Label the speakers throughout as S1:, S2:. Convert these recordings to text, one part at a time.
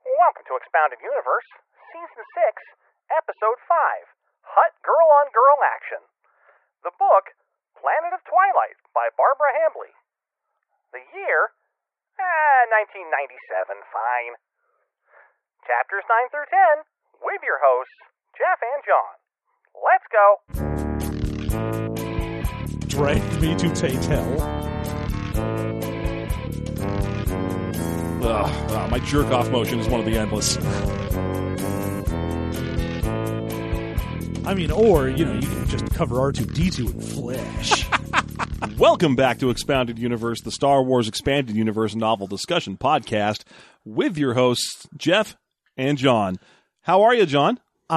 S1: Welcome to Expounded Universe, Season 6, Episode 5 Hot Girl on Girl Action. The book, Planet of Twilight by Barbara Hambly. The year, ah, 1997, fine. Chapters 9 through 10, with your hosts, Jeff and John. Let's go.
S2: dragged me to Tate Hell. Ugh, ah, my jerk off motion is one of the endless. I mean, or, you know, you can just cover R2D2 in flesh.
S3: Welcome back to Expounded Universe, the Star Wars Expanded Universe novel discussion podcast with your hosts, Jeff and John. How are you, John?
S2: Uh,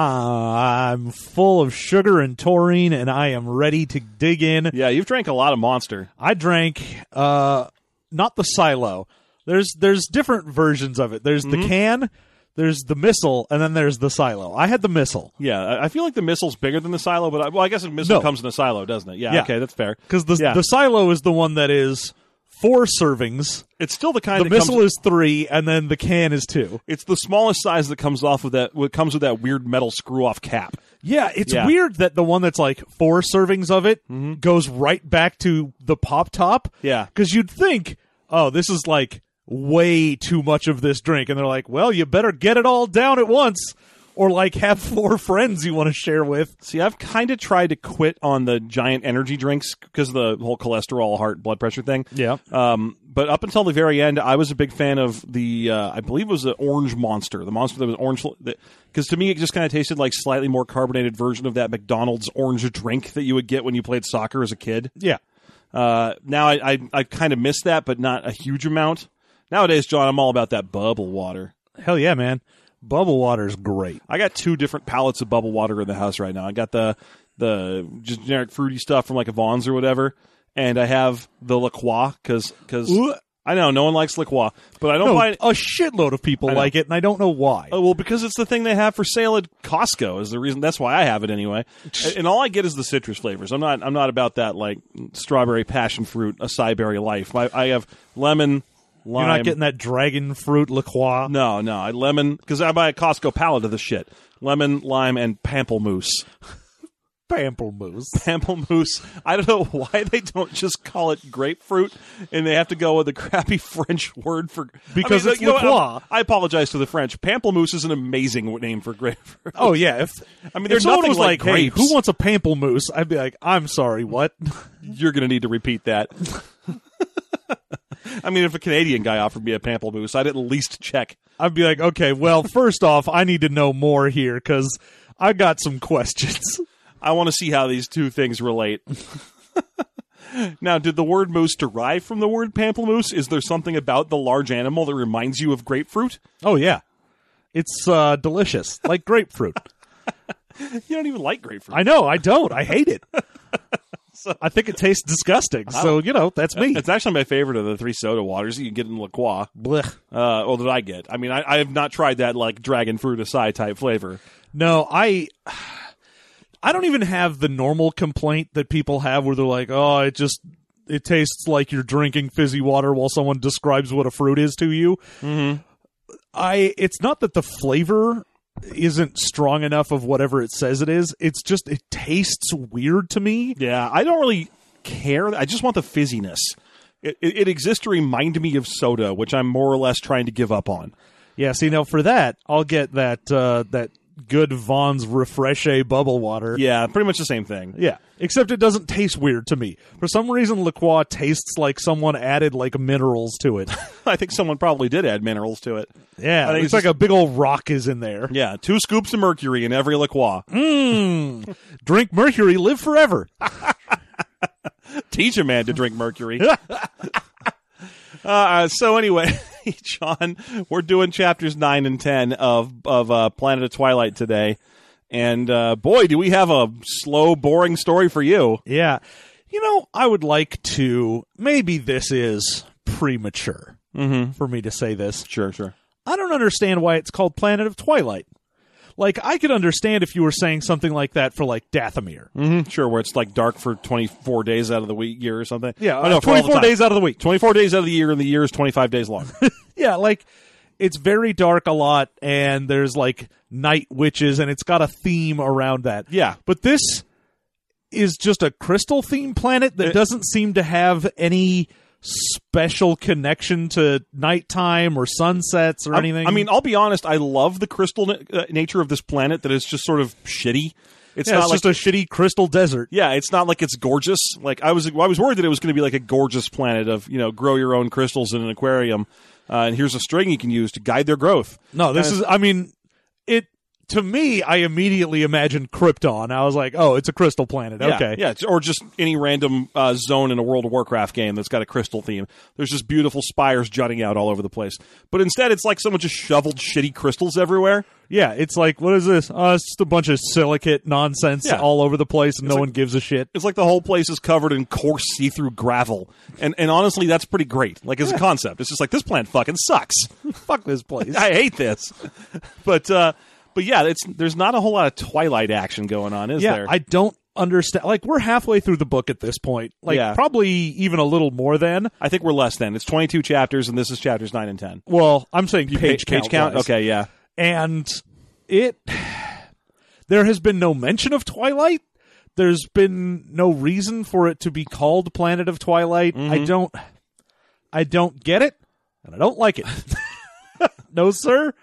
S2: I'm full of sugar and taurine, and I am ready to dig in.
S3: Yeah, you've drank a lot of Monster.
S2: I drank uh not the silo. There's there's different versions of it. There's the can, there's the missile, and then there's the silo. I had the missile.
S3: Yeah, I- I feel like the missile's bigger than the silo, but I, well, I guess the missile
S2: No.
S3: comes in a silo, doesn't it? Yeah,
S2: Yeah.
S3: okay, that's fair.
S2: Because the
S3: Yeah.
S2: the silo is the one that is four servings.
S3: It's still the kind
S2: The
S3: that
S2: missile
S3: comes,
S2: is three, and then the can is two.
S3: it's the smallest size that comes off of that. What comes with that weird metal screw off cap?
S2: Yeah, it's
S3: Yeah. Mm-hmm.
S2: weird that the one that's like four servings of it goes right back to the pop top.
S3: Yeah.
S2: because you'd think, oh, this is like way too much of this drink, and they're like, well, you better get it all down at once, or like have four friends you want to share with.
S3: See, I've kind of tried to quit on the giant energy drinks because of the whole cholesterol, heart, blood pressure thing.
S2: Yeah.
S3: Um, but up until the very end, I was a big fan of the, uh, I believe it was the orange monster, the monster that was orange. Because to me, it just kind of tasted like slightly more carbonated version of that McDonald's orange drink that you would get when you played soccer as a kid.
S2: Yeah,
S3: Uh, now I, I, I kind of miss that, but not a huge amount. Nowadays, John, I'm all about that bubble water.
S2: hell yeah, man. Bubble water's great.
S3: I got two different pallets of bubble water in the house right now. I got the the just generic fruity stuff from like a Vons or whatever, and I have the La Croix because
S2: Ooh.
S3: I know no one likes La Croix, but I don't
S2: No,
S3: buy it.
S2: a shitload of people
S3: know.
S2: like it, and I don't know why.
S3: Oh, well, because it's the thing they have for sale at Costco is the reason. That's why I have it anyway. And- and all I get is the citrus flavors. I'm not. I'm not about that like strawberry, passion fruit, acai berry life. I, I have lemon, lime.
S2: You're not getting that dragon fruit La Croix.
S3: No, no. I lemon because I buy a Costco pallet of the shit. Lemon, lime, and pamplemousse.
S2: Pamplemousse.
S3: pamplemousse. I don't know why they don't just call it grapefruit, and they have to go with a crappy French word for
S2: Because
S3: I mean,
S2: it's
S3: you know what?
S2: La Croix.
S3: I'm- I apologize to the French. Pamplemousse is an amazing w- name for grapefruit.
S2: Oh yeah, if
S3: I mean,
S2: if
S3: they're
S2: someone
S3: nothing
S2: was
S3: like
S2: hey,
S3: grapes.
S2: who wants a pamplemousse? I'd be like, I'm sorry, what?
S3: You're going to need to repeat that. I mean, if a Canadian guy offered me a pamplemousse, I'd at least check.
S2: I'd be like, okay, well, first off, I need to know more here because I got some questions.
S3: I want to see how these two things relate. now, did the word moose derive from the word pamplemousse? Is there something about the large animal that reminds you of grapefruit?
S2: Oh yeah, it's uh, delicious, like grapefruit.
S3: You don't even like grapefruit.
S2: I know, I don't, I hate it. I think it tastes disgusting. So you know, that's me.
S3: It's actually my favorite of the three soda waters that you get in La Croix,
S2: Blech.
S3: uh, or that I get. I mean, I, I have not tried that like dragon fruit acai type flavor.
S2: No, I I don't even have the normal complaint that people have where they're like, "Oh, it just it tastes like you're drinking fizzy water while someone describes what a fruit is to you." Mm-hmm. I it's not that the flavor isn't strong enough of whatever it says it is. It's just it tastes weird to me.
S3: Yeah, I don't really care. I just want the fizziness. It, it, it exists to remind me of soda, which I'm more or less trying to give up on.
S2: Yeah, see now for that, I'll get that uh that good Vaughn's Refreshe bubble water.
S3: Yeah, pretty much the same thing.
S2: Yeah, except it doesn't taste weird to me. For some reason, La Croix tastes like someone added like minerals to it.
S3: I think someone probably did add minerals to it.
S2: Yeah,
S3: I think
S2: it's,
S3: it's
S2: like
S3: just-
S2: a big old rock is in there.
S3: Yeah, two scoops of mercury in every La Croix.
S2: Drink mercury, live forever.
S3: teach a man to drink mercury. uh, so anyway, John, we're doing chapters nine and ten of of uh, Planet of Twilight today, and uh, boy, do we have a slow, boring story for you.
S2: yeah, you know, I would like to. Maybe this is premature
S3: Mm-hmm.
S2: for me to say this.
S3: Sure, sure.
S2: I don't understand why it's called Planet of Twilight. Like, I could understand if you were saying something like that for like Dathomir.
S3: Mm-hmm. Sure, where it's like dark for twenty four days out of the week, year or something.
S2: Yeah,
S3: Oh, no,
S2: uh,
S3: for all the
S2: 24
S3: time.
S2: days out of the week.
S3: Twenty four days out of the year, and the year is twenty five days long.
S2: Yeah, like it's very dark a lot, and there's like night witches, and it's got a theme around that.
S3: Yeah.
S2: but this is just a crystal themed planet that doesn't seem to have any special connection to nighttime or sunsets or
S3: I-
S2: anything.
S3: I mean, I'll be honest. I love the crystal na- uh, nature of this planet. That it's just sort of shitty. It's
S2: yeah,
S3: not
S2: it's
S3: like
S2: just a shitty crystal desert.
S3: yeah, it's not like it's gorgeous. Like I was, I was worried that it was going to be like a gorgeous planet of you know grow your own crystals in an aquarium, uh, and here's a string you can use to guide their growth.
S2: No, this is. I mean, it to me, I immediately imagined Krypton. I was like, oh, it's a crystal planet.
S3: Yeah,
S2: okay,
S3: yeah, it's- or just any random uh, zone in a World of Warcraft game that's got a crystal theme. There's just beautiful spires jutting out all over the place, but instead it's like someone just shoveled shitty crystals everywhere.
S2: Yeah, It's like, what is this? Oh, it's just a bunch of silicate nonsense
S3: Yeah.
S2: all over the place, and no one gives a shit.
S3: It's like the whole place is covered in coarse see-through gravel, and and honestly, that's pretty great. Like as a concept, it's just like this plant fucking sucks.
S2: Fuck this place.
S3: I hate this. But uh but yeah, it's there's not a whole lot of Twilight action going on, is
S2: yeah,
S3: there?
S2: I don't understand. Like, we're halfway through the book at this point. Like,
S3: Yeah.
S2: probably even a little more than.
S3: I think we're less than. It's 22 chapters, and this is chapters nine and ten.
S2: Well, I'm saying
S3: Pa-
S2: page count.
S3: page count.
S2: wise.
S3: Okay, yeah.
S2: and it there has been no mention of twilight there's been no reason for it to be called planet of twilight i
S3: Mm-hmm.
S2: don't i don't get it and i don't like it no sir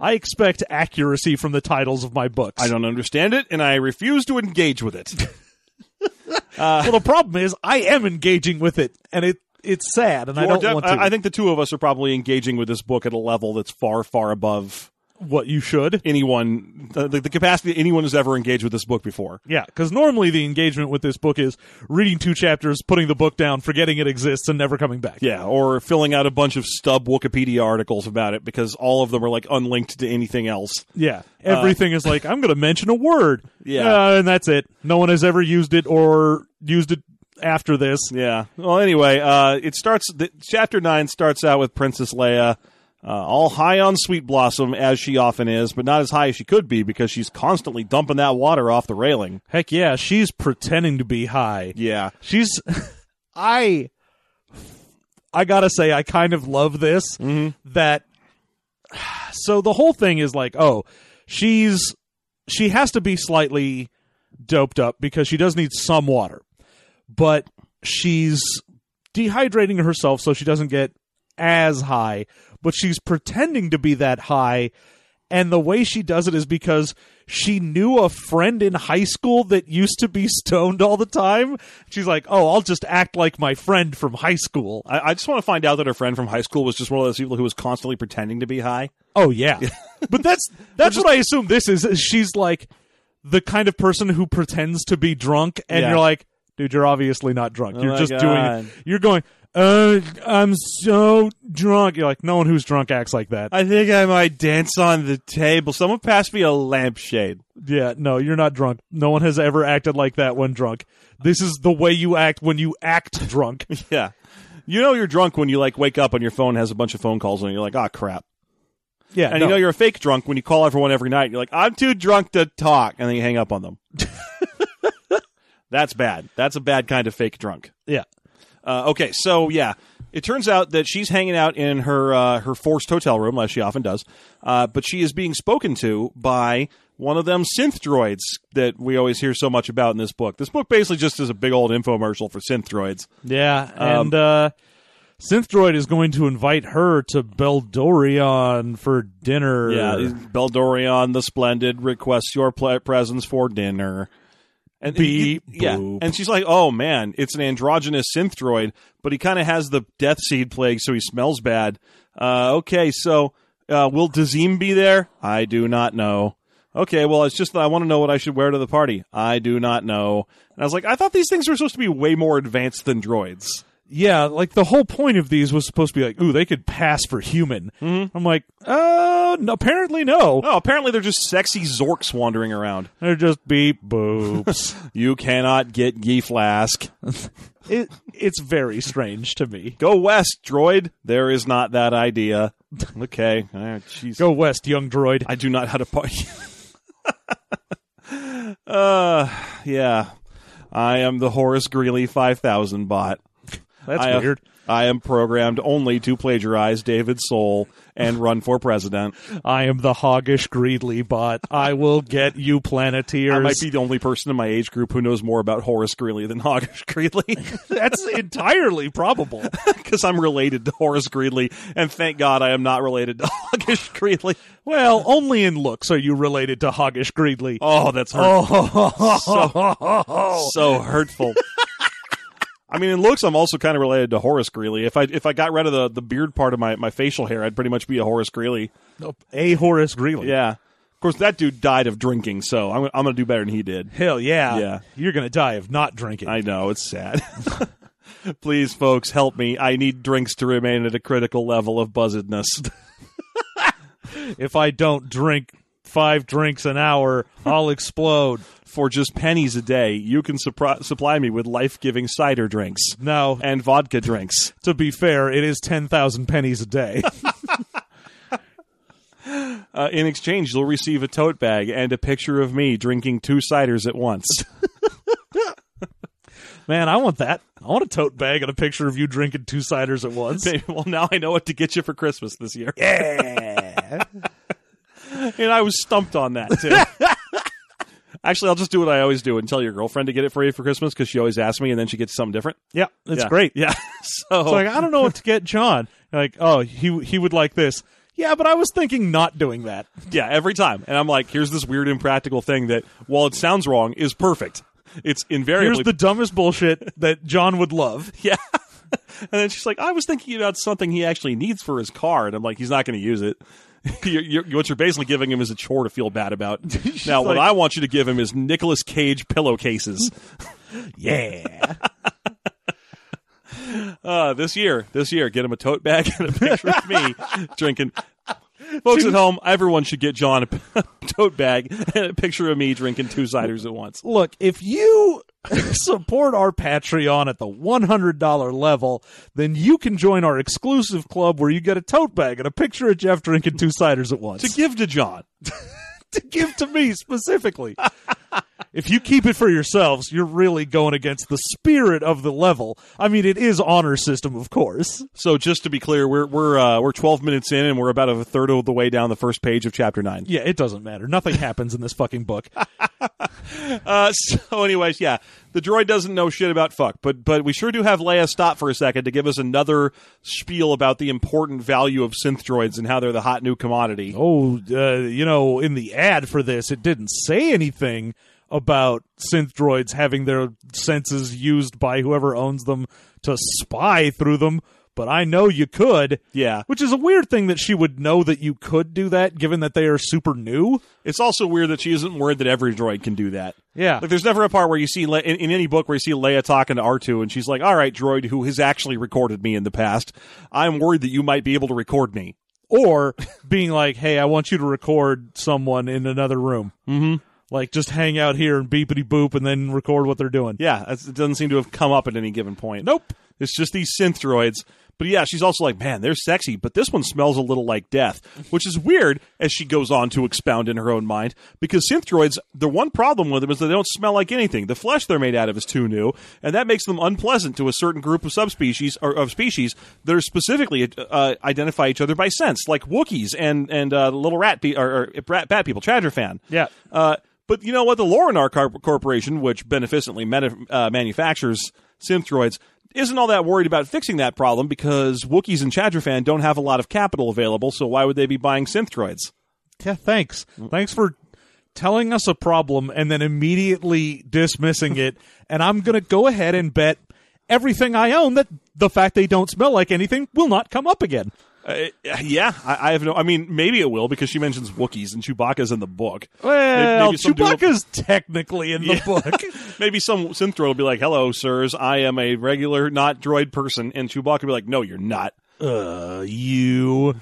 S2: i expect accuracy from the titles of my books
S3: I don't understand it, and I refuse to engage with it.
S2: well the problem is i am engaging with it and it it's sad and i
S3: Or
S2: don't
S3: def-
S2: want to
S3: I think the two of us are probably engaging with this book at a level that's far, far above
S2: what you should
S3: anyone the, the capacity that anyone has ever engaged with this book before.
S2: yeah, because normally the engagement with this book is reading two chapters, putting the book down, forgetting it exists, and never coming back.
S3: Yeah, or filling out a bunch of stub Wikipedia articles about it because all of them are like unlinked to anything else.
S2: Yeah. Everything is like, I'm going to mention a word.
S3: Yeah.
S2: Uh, and that's it. No one has ever used it or used it after this.
S3: Yeah. Well, anyway, uh, it starts. The, chapter nine starts out with Princess Leia, uh, all high on Sweet Blossom as she often is, but not as high as she could be because she's constantly dumping that water off the railing.
S2: Heck yeah. She's pretending to be high.
S3: Yeah.
S2: She's. I. I gotta say, I kind of love this. That. So the whole thing is like, oh, she's. She has to be slightly doped up because she does need some water. But she's dehydrating herself so she doesn't get as high, but she's pretending to be that high. And the way she does it is because she knew a friend in high school that used to be stoned all the time. She's like, "Oh, I'll just act like my friend from high school."
S3: I, I just want to find out that her friend from high school was just one of those people who was constantly pretending to be high.
S2: Oh yeah, but that's that's what I assume this is. is She's like the kind of person who pretends to be drunk, and
S3: Yeah.
S2: you're like, dude, you're obviously not drunk.
S3: Oh
S2: you're
S3: my
S2: just
S3: God.
S2: doing. You're going. Uh, I'm so drunk. You're like, no one who's drunk acts like that.
S3: I think I might dance on the table. Someone passed me a lampshade.
S2: yeah, no, you're not drunk. No one has ever acted like that when drunk. This is the way you act when you act drunk.
S3: Yeah. You know you're drunk when you like wake up and your phone has a bunch of phone calls and you're like, ah, crap.
S2: Yeah,
S3: And
S2: no.
S3: you know you're a fake drunk when you call everyone every night. You're like, I'm too drunk to talk, and then you hang up on them. That's bad. That's a bad kind of fake drunk.
S2: yeah,
S3: Uh, okay, so yeah, it turns out that she's hanging out in her uh, her forced hotel room, as she often does. Uh, but she is being spoken to by one of them synth droids that we always hear so much about in this book. This book basically just is a big old infomercial for synth droids.
S2: yeah, and uh, Synthroid is going to invite her to Beldorion for dinner.
S3: Yeah, Beldorion the Splendid requests your pl- presence for dinner. And
S2: Beep,
S3: yeah,
S2: boop.
S3: and she's like, "Oh man, it's an androgynous synthroid, but he kind of has the death seed plague, so he smells bad." Uh, okay, so uh, will Dazim be there? I do not know. Okay, well, it's just that I want to know what I should wear to the party. I do not know. And I was like, I thought these things were supposed to be way more advanced than droids.
S2: yeah, like the whole point of these was supposed to be like, ooh, they could pass for human. I'm like, uh, no, apparently no.
S3: Oh, apparently they're just sexy zorks wandering around.
S2: They're just beep boops.
S3: You cannot get Gee Flask.
S2: it, it's very strange to me.
S3: Go west, droid. There is not that idea. Okay. All right, jeez.
S2: Go west, young droid.
S3: I do not how to party. uh, yeah. I am the Horace Greeley 5000 bot.
S2: That's
S3: I have-
S2: weird.
S3: I am programmed only to plagiarize David Soul and run for president.
S2: I am the hoggish Greedley bot. I will get you Planeteers.
S3: I might be the only person in my age group who knows more about Horace Greeley than Hoggish Greeley
S2: That's entirely probable.
S3: because I'm related to Horace Greeley, and thank God I am not related to Hoggish Greeley.
S2: Well, only in looks are you related to hoggish Greedley.
S3: Oh, that's hurtful.
S2: Oh,
S3: so hurtful. I mean, in looks, I'm also kind of related to Horace Greeley. If I if I got rid of the, the beard part of my, my facial hair, I'd pretty much be a Horace Greeley.
S2: a Horace Greeley.
S3: Yeah. Of course, that dude died of drinking, so I'm, I'm going to do better than he did.
S2: Hell yeah.
S3: Yeah.
S2: You're gonna die of not drinking.
S3: I know, it's sad. Please, folks, help me. I need drinks to remain at a critical level of buzzedness.
S2: if I don't drink five drinks an hour, I'll explode.
S3: For just pennies a day, you can supri- supply me with life giving cider drinks
S2: Now,
S3: and vodka drinks.
S2: to be fair, it is ten thousand pennies a day.
S3: Uh, in exchange, you'll receive a tote bag and a picture of me drinking two ciders at once.
S2: Man, I want that. I want a tote bag and a picture of you drinking two ciders at once.
S3: Okay, well, now I know what to get you for Christmas this year.
S2: Yeah.
S3: And I was stumped on that, too. Actually, I'll just do what I always do and tell your girlfriend to get it for you for Christmas because she always asks me and then she gets something different.
S2: yeah, it's
S3: Yeah.
S2: great.
S3: Yeah. So,
S2: It's like I don't know what to get John. You're like, oh, he he would like this. Yeah, but I was thinking not doing that.
S3: yeah, every time. And I'm like, here's this weird impractical thing that, while it sounds wrong, is perfect. It's
S2: Here's
S3: invariably
S2: the dumbest bullshit that John would love.
S3: yeah. and then she's like, I was thinking about something he actually needs for his car, and I'm like, he's not going to use it. you're, you're, what you're basically giving him is a chore to feel bad about. now, what
S2: like-
S3: I want you to give him is Nicolas Cage pillowcases.
S2: Yeah.
S3: Uh, this year, this year, get him a tote bag and a picture of me drinking. Folks at home, everyone should get John a tote bag and a picture of me drinking two ciders at once.
S2: Look, if you support our Patreon at the $100 level, then you can join our exclusive club where you get a tote bag and a picture of Jeff drinking two ciders at once
S3: To give to John.
S2: to give to me specifically. if you keep it for yourselves, you're really going against the spirit of the level. I mean, it is honor system, of course.
S3: So just to be clear, we're we're uh, we're 12 minutes in and we're about a third of the way down the first page of chapter 9.
S2: Yeah, it doesn't matter. Nothing happens in this fucking book.
S3: Uh, so, anyways, yeah, the droid doesn't know shit about fuck, but but we sure do have Leia stop for a second to give us another spiel about the important value of synth droids and how they're the hot new commodity.
S2: oh, uh, you know, in the ad for this, it didn't say anything about synth droids having their senses used by whoever owns them to spy through them. But I know you could.
S3: Yeah.
S2: Which is a weird thing that she would know that you could do that, given that they are super new.
S3: It's also weird that she isn't worried that every droid can do that.
S2: Yeah.
S3: Like, there's never a part where you see Le- in, in any book where you see Leia talking to R2, and she's like, "All right, droid, who has actually recorded me in the past, I'm worried that you might be able to record me."
S2: or being like, "Hey, I want you to record someone in another room." Mm-hmm. Like, just hang out here and beepity boop, and then record what they're doing.
S3: Yeah, that's- it doesn't seem to have come up at any given point.
S2: Nope.
S3: It's just these synth droids. But yeah, she's also like, man, they're sexy, but this one smells a little like death, which is weird as she goes on to expound in her own mind. Because synth droids, the one problem with them is that they don't smell like anything. The flesh they're made out of is too new, and that makes them unpleasant to a certain group of subspecies or of species that are specifically uh, identify each other by sense, like Wookiees and and uh, little rat pe- or, or rat, bat people, Chadrafan.
S2: Yeah.
S3: Uh, but you know what? The Lorinar Corp- Corporation, which beneficently meta- uh, manufactures synthroids, isn't all that worried about fixing that problem because Wookiees and Chadrafan don't have a lot of capital available, so why would they be buying synthroids?
S2: Yeah. Thanks. Thanks for telling us a problem and then immediately dismissing it. and I'm gonna go ahead and bet everything I own that the fact they don't smell like anything will not come up again.
S3: Uh, yeah, I, I have no. I mean, maybe it will because she mentions Wookiees and Chewbacca's in the book.
S2: Well,
S3: some dude will-
S2: Chewbacca's technically in the book.
S3: Maybe some synthroid will be like, "Hello, sirs. I am a regular, not droid person," and Chewbacca will be like, "No, you're not."
S2: uh, you.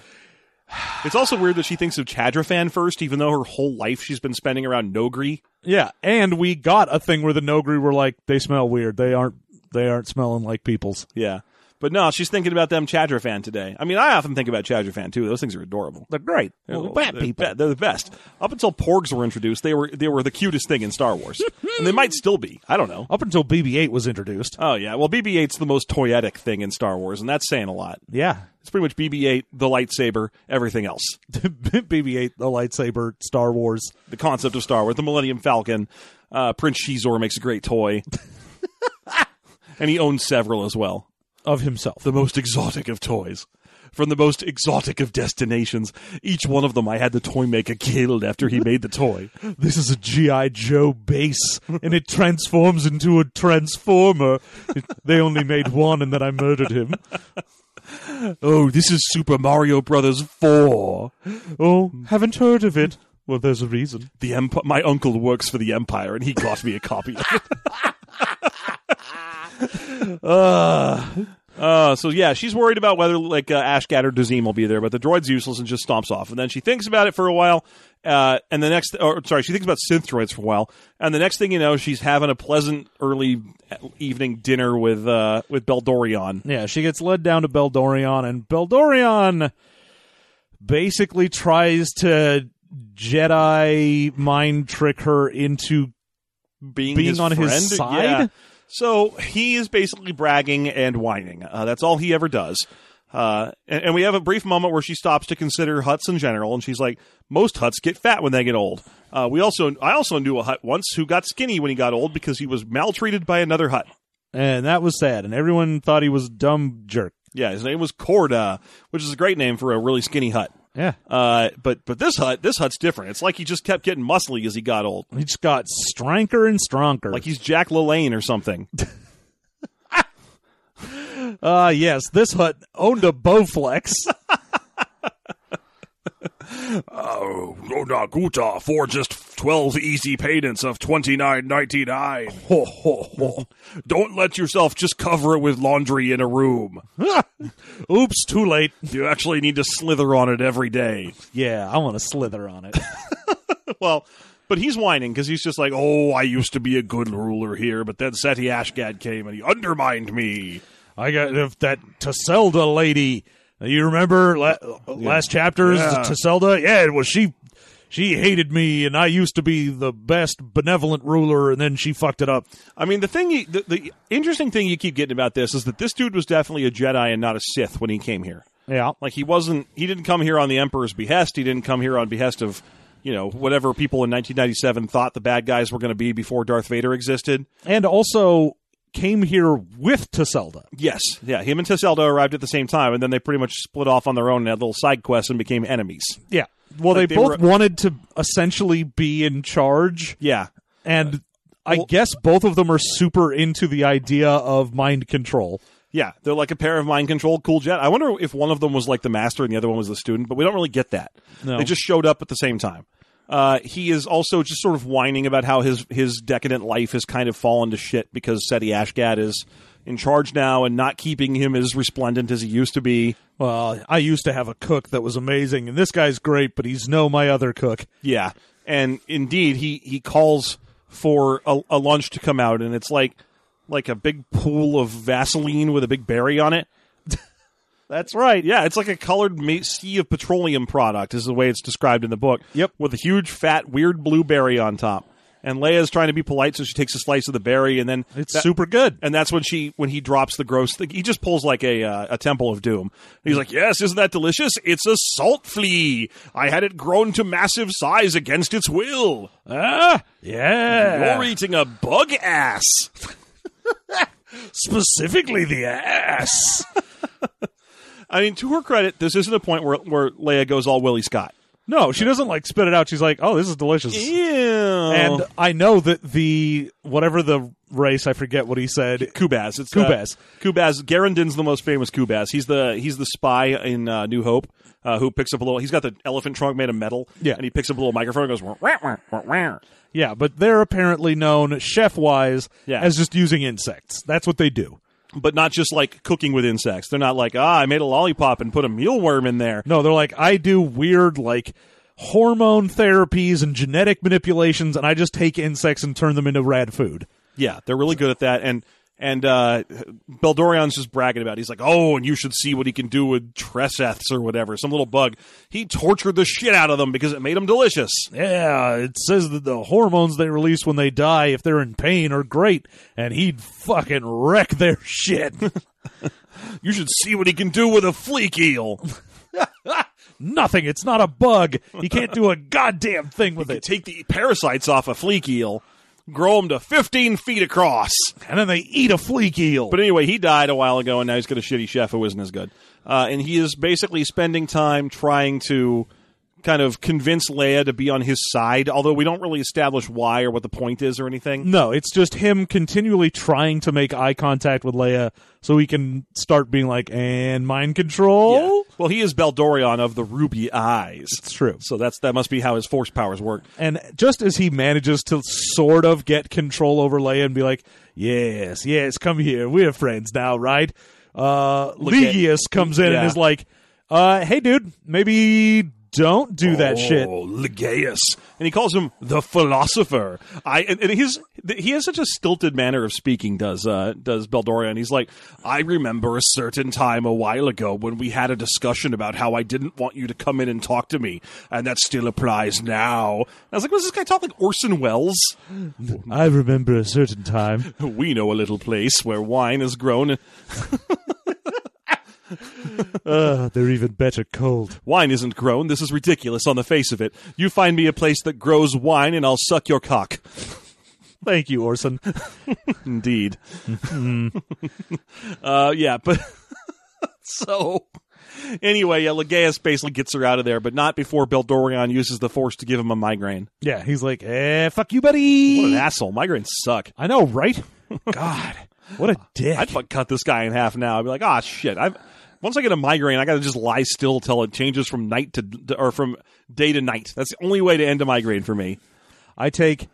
S3: It's also weird that she thinks of Chadrafan first, even though her whole life she's been spending around Nogri.
S2: Yeah, and we got a thing where the Nogri were like, they smell weird. They aren't they aren't smelling like people's.
S3: Yeah. But no, she's thinking about them Chadrifan today. I mean, I often think about Chadrifan too. Those things are adorable.
S2: They're great.
S3: They're
S2: Well,
S3: the-
S2: bat
S3: they're
S2: people.
S3: be- They're the best. Up until Porgs were introduced, they were they were the cutest thing in Star Wars, and they might still be. I don't know.
S2: Up until BB-8 was introduced.
S3: Oh yeah, well BB-8's the most toyetic thing in Star Wars, and that's saying a lot.
S2: Yeah.
S3: It's pretty much BB-8, the lightsaber, everything else.
S2: BB-8, the lightsaber, Star Wars.
S3: The concept of Star Wars, the Millennium Falcon. Uh, Prince Shizor makes a great toy, and he owns several as well.
S2: Of himself.
S3: the most exotic of toys. From the most exotic of destinations. Each one of them I had the toy maker killed after he made the toy.
S2: This is a G.I. Joe base, and it transforms into a transformer. It- they only made one, and then I murdered him.
S3: Oh, this is Super Mario Brothers 4.
S2: Oh, haven't heard of it. Well, there's a reason.
S3: The Emp- my uncle works for the Empire and he got me a copy of it. uh, uh, so yeah, she's worried about whether like uh, Ashgat or Dazim will be there, but the droid's useless and just stomps off. And then she thinks about it for a while, uh, and the next, or sorry, she thinks about synth droids for a while, and the next thing you know, she's having a pleasant early e-, evening dinner with uh, with Beldorion.
S2: Yeah, she gets led down to Beldorion, and Beldorion basically tries to Jedi mind trick her into.
S3: being,
S2: Being
S3: his
S2: on his
S3: friend?
S2: side?
S3: Yeah. So he is basically bragging and whining. Uh, that's all he ever does. Uh, and, and we have a brief moment where she stops to consider huts in general, and she's like, "Most huts get fat when they get old." Uh, we also, I also knew a hut once who got skinny when he got old because he was maltreated by another hut.
S2: And that was sad, and everyone thought he was a dumb jerk.
S3: Yeah, his name was Korda, which is a great name for a really skinny hut.
S2: Yeah.
S3: Uh, but but this hut, this hut's different. It's like he just kept getting muscly as he got old.
S2: He just got stranker and stronger.
S3: Like he's Jack LaLanne or something.
S2: Ah, yes, this hut owned a Bowflex.
S4: Oh, Rona Guta for just 12 easy payments of twenty nine ninety nine. Ho, ho, ho. Don't let yourself just cover it with laundry in a room.
S2: Oops, too late.
S4: You actually need to slither on it every day.
S2: Yeah, I want to slither on it.
S3: well, but he's whining because he's just like, oh,
S4: Oh, I used to be a good ruler here, but then Seti Ashgad came and he undermined me.
S2: I got if that Tasselda lady. You remember la- last chapters,
S4: Yeah.
S2: Tasselda? Yeah, well, she she hated me, and I used to be the best benevolent ruler, and then she fucked it up.
S3: I mean, the thing, you, the, the interesting thing you keep getting about this is that this dude was definitely a Jedi and not a Sith when he came here.
S2: Yeah,
S3: Like he wasn't, he didn't come here on the Emperor's behest. He didn't come here on behest of, you know, whatever people in 1997 thought the bad guys were going to be before Darth Vader existed.
S2: and also came here with Tasselda.
S3: Yes, yeah, him and Tiselda arrived at the same time, and then they pretty much split off on their own and had little side quests and became enemies.
S2: Yeah, well,
S3: Like
S2: they,
S3: they
S2: both
S3: were-
S2: wanted to essentially be in charge,
S3: Yeah,
S2: and I guess both of them are super into the idea of mind control.
S3: yeah, they're like a pair of mind controlled cool jet. I wonder if one of them was like the master and the other one was the student, but we don't really get that.
S2: No.
S3: They just showed up at the same time. Uh, he is also just sort of whining about how his his decadent life has kind of fallen to shit because Seti Ashgad is in charge now and not keeping him as resplendent as he used to be.
S2: Well, I used to have a cook that was amazing, and this guy's great, but he's no my other cook.
S3: Yeah, and indeed, he he calls for a, a lunch to come out, and it's like like a big pool of Vaseline with a big berry on it.
S2: That's right.
S3: Yeah, it's like a colored ma- sea of petroleum product is the way it's described in the book.
S2: Yep.
S3: With a huge fat weird blueberry on top. And Leia's trying to be polite so she takes a slice of the berry and then
S2: It's
S3: that-
S2: super good.
S3: and that's when she when he drops the gross thing. He just pulls like a uh, a temple of doom.
S4: He's like, yes, isn't that delicious? It's a salt flea. I had it grown to massive size against its will.
S2: Ah, yeah.
S4: You're eating a bug ass.
S2: Specifically the ass.
S3: I mean, to her credit, this isn't a point where where Leia goes all Willie Scott.
S2: no, she doesn't like spit it out. She's like, "Oh, this is delicious." And
S3: And
S2: I know that the whatever the race, I forget what he said.
S3: Kubaz, it's
S2: Kubaz.
S3: Uh, Kubaz. Garandin's the most famous Kubaz. He's the he's the spy in uh, New Hope uh, who picks up a little. He's got the elephant trunk made of metal.
S2: Yeah.
S3: and he picks up a little microphone and goes. "Wah, wah, wah, wah, wah."
S2: Yeah, but they're apparently known chef-wise
S3: Yeah.
S2: as just using insects. That's what they do.
S3: But not just like cooking with insects. They're not like ah, I made a lollipop and put a mealworm in there.
S2: No, they're like, I do weird, like, hormone therapies and genetic manipulations, and I just take insects and turn them into rad food.
S3: Yeah, they're really good at that. And And uh, Beldorion's just bragging about. It. He's like, "Oh, and you should see what he can do with treseths or whatever, some little bug. He tortured the shit out of them because it made them delicious."
S2: Yeah, it says that the hormones they release when they die, if they're in pain, are great, and he'd fucking wreck their shit.
S3: You should see what he can do with a fleek eel.
S2: Nothing. It's not a bug. He can't do a goddamn thing with
S3: They
S2: it.
S3: take the parasites off a fleek eel, grow them to 15 feet across.
S2: And then they eat a fleek eel.
S3: But anyway, he died a while ago, and now he's got a shitty chef who isn't as good. Uh, and he is basically spending time trying to kind of convince Leia to be on his side, although we don't really establish why or what the point is or anything.
S2: No, it's just him continually trying to make eye contact with Leia so he can start being like, and mind control?
S3: Well, he is Beldorion of the ruby eyes.
S2: It's true.
S3: So that's that must be how his force powers work.
S2: And just as he manages to sort of get control over Leia and be like, yes, yes, come here. We're friends now, right? Uh,
S3: at-
S2: Legius comes in
S3: Yeah.
S2: and is like, uh, hey, dude, maybe don't do that shit.
S5: Oh, Ligeus.
S3: and he calls him the philosopher. I and, and his th- he has such a stilted manner of speaking. Does uh, does Beldorian? He's like, I remember a certain time a while ago when we had a discussion about how I didn't want you to come in and talk to me, and that still applies now. And I was like, was this guy talking like Orson Welles?
S2: I remember a certain time.
S3: We know a little place where wine is grown.
S2: Uh, they're even better cold.
S3: Wine isn't grown. This is ridiculous on the face of it. You find me a place that grows wine, and I'll suck your cock.
S2: Thank you, Orson.
S3: Indeed. uh, yeah, but so anyway, yeah, Legaeus basically gets her out of there, but not before Beldorion uses the force to give him a migraine.
S2: Yeah, he's like, eh, fuck you, buddy.
S3: What an asshole! Migraines suck.
S2: I know, right? God, what a dick.
S3: I'd fuck cut this guy in half now. I'd be like, ah, shit. I've once I get a migraine, I got to just lie still till it changes from night to or from day to night. That's the only way to end a migraine for me.
S2: I take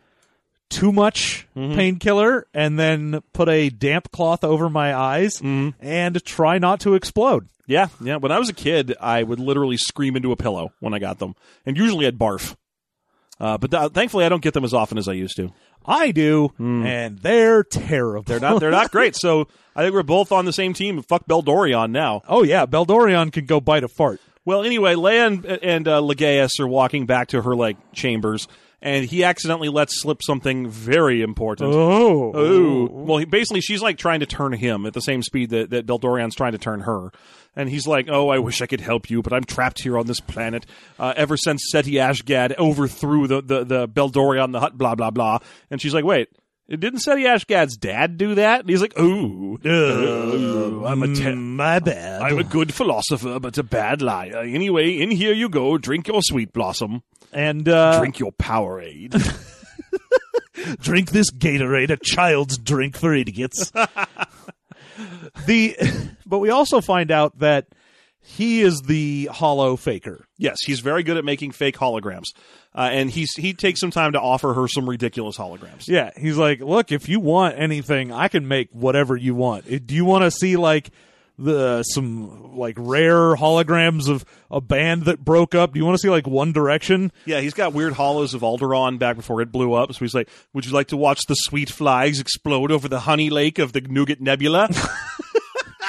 S2: too much painkiller and then put a damp cloth over my eyes and try not to explode.
S3: Yeah, yeah. When I was a kid, I would literally scream into a pillow when I got them, and usually I'd barf. Uh, but th- thankfully, I don't get them as often as I used to.
S2: I do, and Mm. they're terrible.
S3: They're not. They're not great. So I think we're both on the same team. Fuck Beldorion now.
S2: oh yeah, Beldorion can go bite a fart.
S3: Well, anyway, Leia and, and uh, Legaeus are walking back to her like chambers, and he accidentally lets slip something very important.
S2: Oh,
S3: Ooh. Well, he, basically, she's like trying to turn him at the same speed that, that Beldorion's trying to turn her. And he's like, Oh, I wish I could help you, but I'm trapped here on this planet. Uh, ever since Seti Ashgad overthrew the, the, the Beldorion the hut, blah, blah, blah. And she's like, Wait, didn't Seti Ashgad's dad do that? And he's like, Ooh, Ooh, Uh, I'm a te-
S2: Uh, mm, my bad.
S3: I'm a good philosopher, but a bad liar. Anyway, in here you go. Drink your sweet blossom.
S2: and uh,
S3: Drink your Powerade.
S2: drink this Gatorade, a child's drink for idiots. the, but we also find out that he is the hollow faker.
S3: Yes, he's very good at making fake holograms, uh, and he's he takes some time to offer her some ridiculous holograms.
S2: Yeah, he's like, look, if you want anything, I can make whatever you want. Uh, Do you want to see like the some like rare holograms of a band that broke up? Do you want to see like One Direction?
S3: Yeah, he's got weird hollows of Alderaan back before it blew up. So he's like, "Would you like to watch the sweet flies explode over the honey lake of the Nougat Nebula?"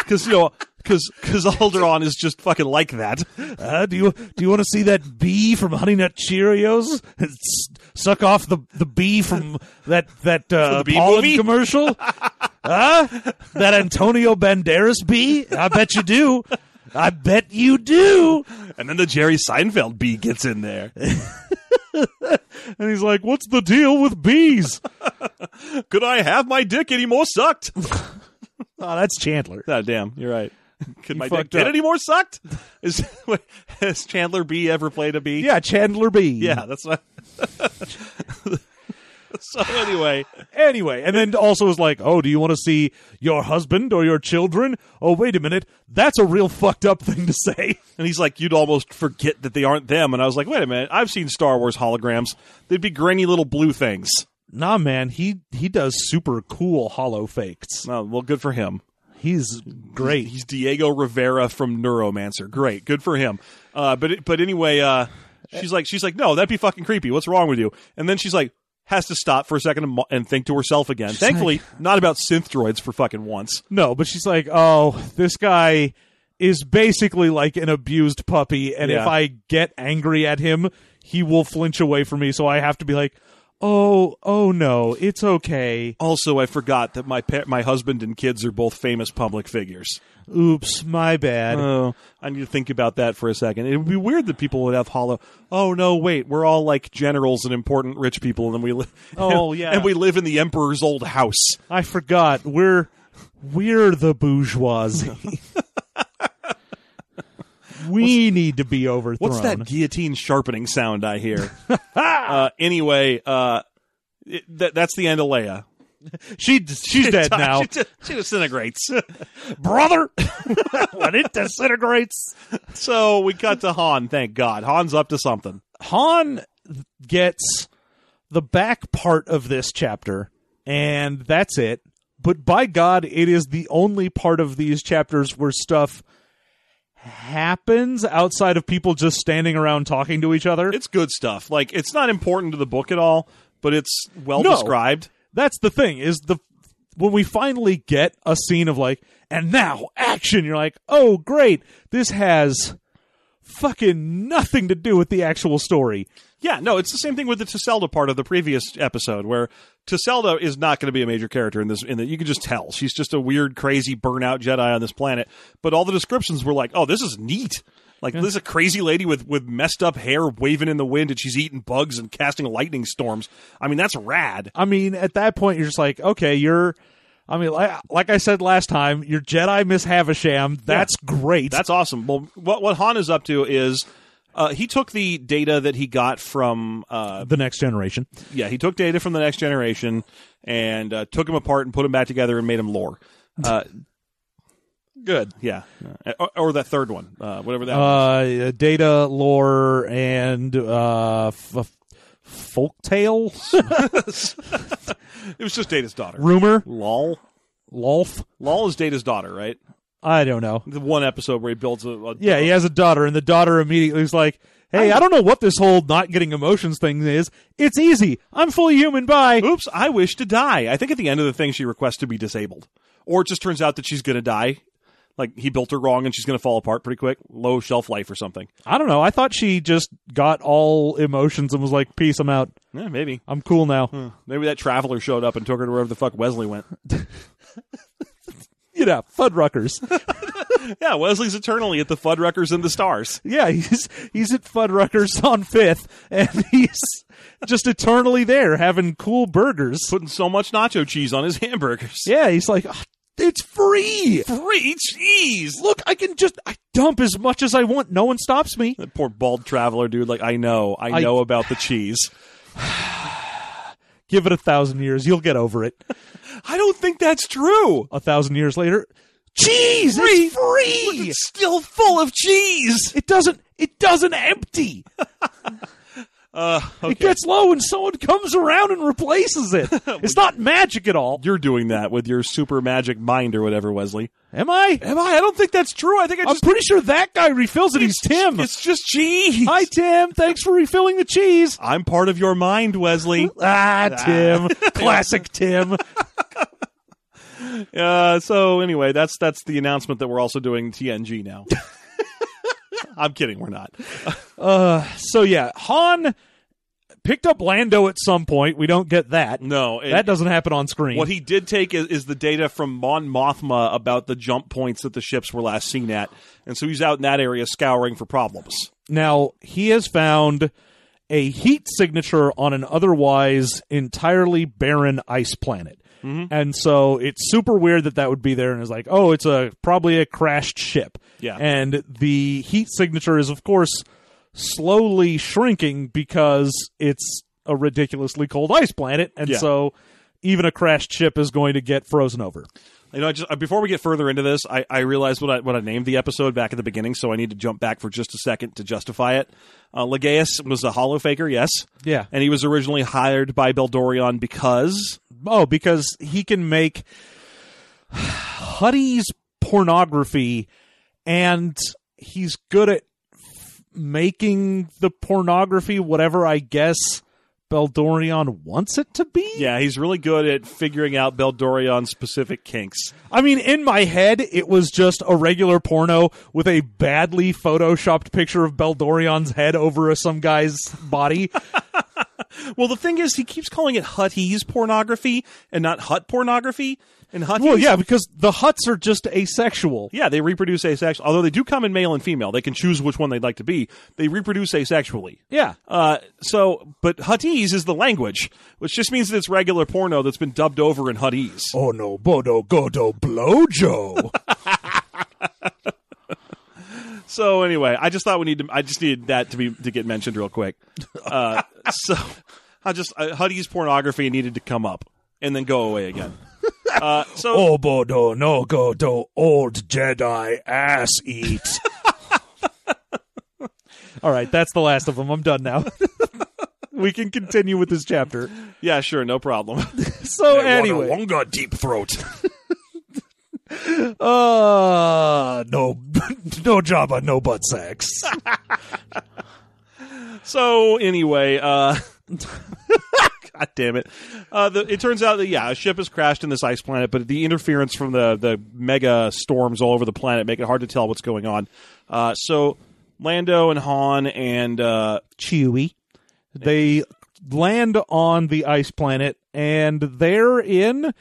S3: Because you know, because Alderaan is just fucking like that.
S2: Uh, do you do you want to see that bee from Honey Nut Cheerios S- suck off the the bee from that that uh,
S3: the bee
S2: pollen
S3: movie?
S2: commercial? huh? That Antonio Banderas bee? I bet you do. I bet you do.
S3: And then the Jerry Seinfeld bee gets in there.
S2: And he's like, "What's the deal with bees?"
S3: Could I have my dick any more sucked?
S2: Oh, that's Chandler.
S3: Ah, damn, you're right. Could my dick
S2: fucked
S3: get
S2: up.
S3: any more sucked? Is has Chandler Bee ever played a bee?
S2: Yeah, Chandler Bee.
S3: Yeah, that's what. so anyway,
S2: Anyway, and then also was like, "Oh, do you want to see your husband or your children?" Oh, wait a minute, that's a real fucked up thing to say.
S3: and he's like, you'd almost forget that they aren't them. And I was like, wait a minute, I've seen Star Wars holograms. They'd be grainy little blue things.
S2: Nah, man, he he does super cool hollow fakes.
S3: Oh, well, good for him.
S2: He's great.
S3: He's Diego Rivera from Neuromancer. Great, good for him. Uh, but but anyway, uh, she's like she's like, no, that'd be fucking creepy. What's wrong with you? And then she's like, has to stop for a second and, mo- and think to herself again. Thankfully, not about synth droids for fucking once.
S2: No, but she's like, oh, this guy is basically like an abused puppy, and
S3: Yeah.
S2: if I get angry at him, he will flinch away from me. So I have to be like, oh, oh no, it's okay.
S3: Also, I forgot that my pa- my husband and kids are both famous public figures.
S2: Oops, my bad.
S3: Oh, I need to think about that for a second. It would be weird that people would have hollow. Oh no, wait, we're all like generals and important rich people, and then we live.
S2: Oh, yeah.
S3: and we live in the emperor's old house.
S2: I forgot. We're we're the bourgeoisie. we need to be overthrown.
S3: What's that guillotine sharpening sound I hear? uh, anyway, uh, it, that, that's the end of Leia.
S2: She she's dead now.
S3: she, she disintegrates.
S2: brother. when it disintegrates,
S3: so we cut to Han. Thank God, Han's up to something.
S2: Han gets the back part of this chapter, and that's it. But by God, it is the only part of these chapters where stuff happens outside of people just standing around talking to each other.
S3: It's good stuff. Like it's not important to the book at all, but it's well
S2: No.
S3: described.
S2: that's the thing is the when we finally get a scene of like and now action you're like oh great this has fucking nothing to do with the actual story
S3: Yeah, no, it's the same thing with the Tiselda part of the previous episode, where Tiselda is not going to be a major character in this. In that, you can just tell she's just a weird, crazy, burnout Jedi on this planet. But all the descriptions were like, "Oh, this is neat." Like this is a crazy lady with with messed up hair waving in the wind, and she's eating bugs and casting lightning storms. I mean, that's rad.
S2: i mean at that point you're just like okay you're i mean like, like i said last time you're jedi miss havisham that's great
S3: That's awesome. Well, what what Han is up to is. Uh, he took the data that he got from uh,
S2: the next generation
S3: yeah, he took data from the next generation and uh, took them apart and put them back together and made them lore. Uh, good, yeah, Uh, or, or that third one, uh, whatever that. was.
S2: uh data lore and uh f- folk tale
S3: It was just Data's daughter.
S2: rumor
S3: Lol,
S2: lolf
S3: lol is Data's daughter, right?
S2: i don't know
S3: The one episode where he builds a, a
S2: Yeah, he has a daughter, and the daughter immediately is like, "Hey, I don't know what this whole not getting emotions thing is. It's easy. I'm fully human. Bye."
S3: Oops, I wish to die. I think at the end of the thing, she requests to be disabled, or it just turns out that she's going to die. Like he built her wrong, and she's going to fall apart pretty quick. Low shelf life or something.
S2: I don't know. I thought she just got all emotions and was like, "Peace. I'm out.
S3: Yeah, maybe.
S2: I'm cool now."
S3: Maybe that traveler showed up and took her to wherever the fuck Wesley went.
S2: You know, Fuddruckers.
S3: Yeah, Wesley's eternally at the Fuddruckers and the Stars.
S2: yeah, he's he's at Fuddruckers on Fifth, and he's just eternally there having cool burgers.
S3: Putting so much nacho cheese on his hamburgers.
S2: Yeah, he's like, "Ah, "It's free."
S3: Free cheese!
S2: Look, I can just I dump as much as I want. No one stops me.
S3: That poor bald traveler dude, like, I know, I
S2: I-
S3: know about the cheese.
S2: Give it a thousand years, you'll get over it.
S3: I don't think that's true!
S2: a thousand years later, cheese it's free.
S3: It's still full of cheese!
S2: It doesn't. It doesn't empty.
S3: Uh,
S2: It gets low, and someone comes around and replaces it. It's not magic at all.
S3: You're doing that with your super magic mind or whatever, Wesley.
S2: Am I?
S3: Am I? I don't think that's true. I think I
S2: I'm
S3: just.
S2: pretty sure that guy refills it. He's Tim.
S3: It's just cheese!
S2: Hi, Tim. Thanks for refilling the cheese.
S3: I'm part of your mind, Wesley.
S2: Ah, Tim. Classic Tim.
S3: Uh, so anyway, that's that's the announcement that we're also doing TNG now. I'm kidding, we're not.
S2: So yeah, Han picked up Lando at some point. We don't get that.
S3: No, it-
S2: that doesn't happen on screen.
S3: What he did take is, is the data from Mon Mothma about the jump points that the ships were last seen at, and so he's out in that area scouring for problems.
S2: Now, he has found a heat signature on an otherwise entirely barren ice planet.
S3: Mm-hmm.
S2: And so it's super weird that that would be there and is like, oh, it's a probably a crashed ship.
S3: Yeah.
S2: And the heat signature is of course slowly shrinking because it's a ridiculously cold ice planet and
S3: Yeah.
S2: so even a crashed ship is going to get frozen over.
S3: You know, I just uh, before we get further into this, I, I realized what I what I named the episode back at the beginning, so I need to jump back for just a second to justify it. Uh, Legaeus was a hollow faker, yes,
S2: Yeah.
S3: and he was originally hired by Beldorion because
S2: Oh, because he can make Huddy's pornography, and he's good at f- making the pornography, whatever I guess, Beldorion wants it to be.
S3: Yeah, he's really good at figuring out Beldorion specific kinks.
S2: I mean, in my head, it was just a regular porno with a badly photoshopped picture of Beldorion's head over some guy's body.
S3: Well, the thing is, he keeps calling it Hutties pornography and not Hut pornography. And Hutties,
S2: well, yeah, because the Huts are just asexual.
S3: yeah, they reproduce asexual. Although they do come in male and female, they can choose which one they'd like to be. They reproduce asexually.
S2: Yeah.
S3: Uh, so, but Huttese is the language, which just means that it's regular porno that's been dubbed over in Huttese.
S2: Oh no, Bodo Godo Blojo.
S3: So anyway, I just thought we need to. I just needed that to be to get mentioned real quick. Uh, so I just uh, Huddy's pornography needed to come up and then go away again. Uh, so
S2: oh Bodo no Godo old Jedi ass eat. All right, that's the last of them. I'm done now. we can continue with this chapter.
S3: yeah, sure, no problem.
S2: So
S5: What a
S2: anyway,
S5: longer deep throat.
S2: uh no no Jabba, no butt sex.
S3: so anyway, uh, God damn it! Uh, the, it turns out that yeah, a ship has crashed in this ice planet, but the interference from the the mega storms all over the planet make it hard to tell what's going on. Uh, so Lando and Han and uh,
S2: Chewie. They land on the ice planet, and therein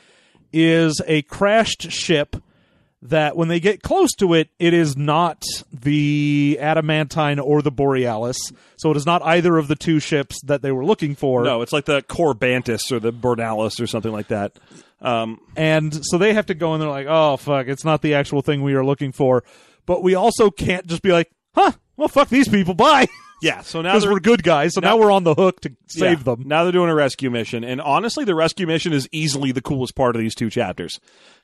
S2: is a crashed ship that when they get close to it, it is not the Adamantine or the Borealis. So it is not either of the two ships that they were looking for.
S3: No, it's like the Corbantis or the Bernalis or something like that. Um,
S2: And so they have to go and they're like, oh, fuck, it's not the actual thing we are looking for. But we also can't just be like, huh, well, fuck these people, bye.
S3: yeah, so now
S2: Because
S3: they're
S2: we're good guys, so now we're on the hook to save
S3: yeah,
S2: them.
S3: Now they're doing a rescue mission, and honestly, the rescue mission is easily the coolest part of these two chapters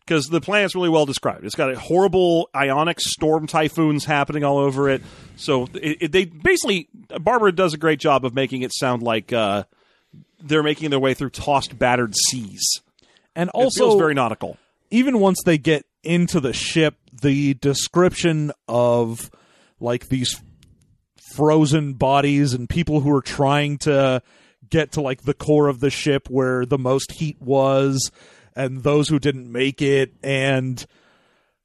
S3: because the planet's really well described. It's got a horrible ionic storm typhoons happening all over it. So it, it, they basically Barbara does a great job of making it sound like uh, they're making their way through tossed, battered seas.
S2: And
S3: It
S2: also,
S3: feels very nautical.
S2: even once they get into the ship, the description of like these frozen bodies and people who are trying to get to like the core of the ship where the most heat was and those who didn't make it and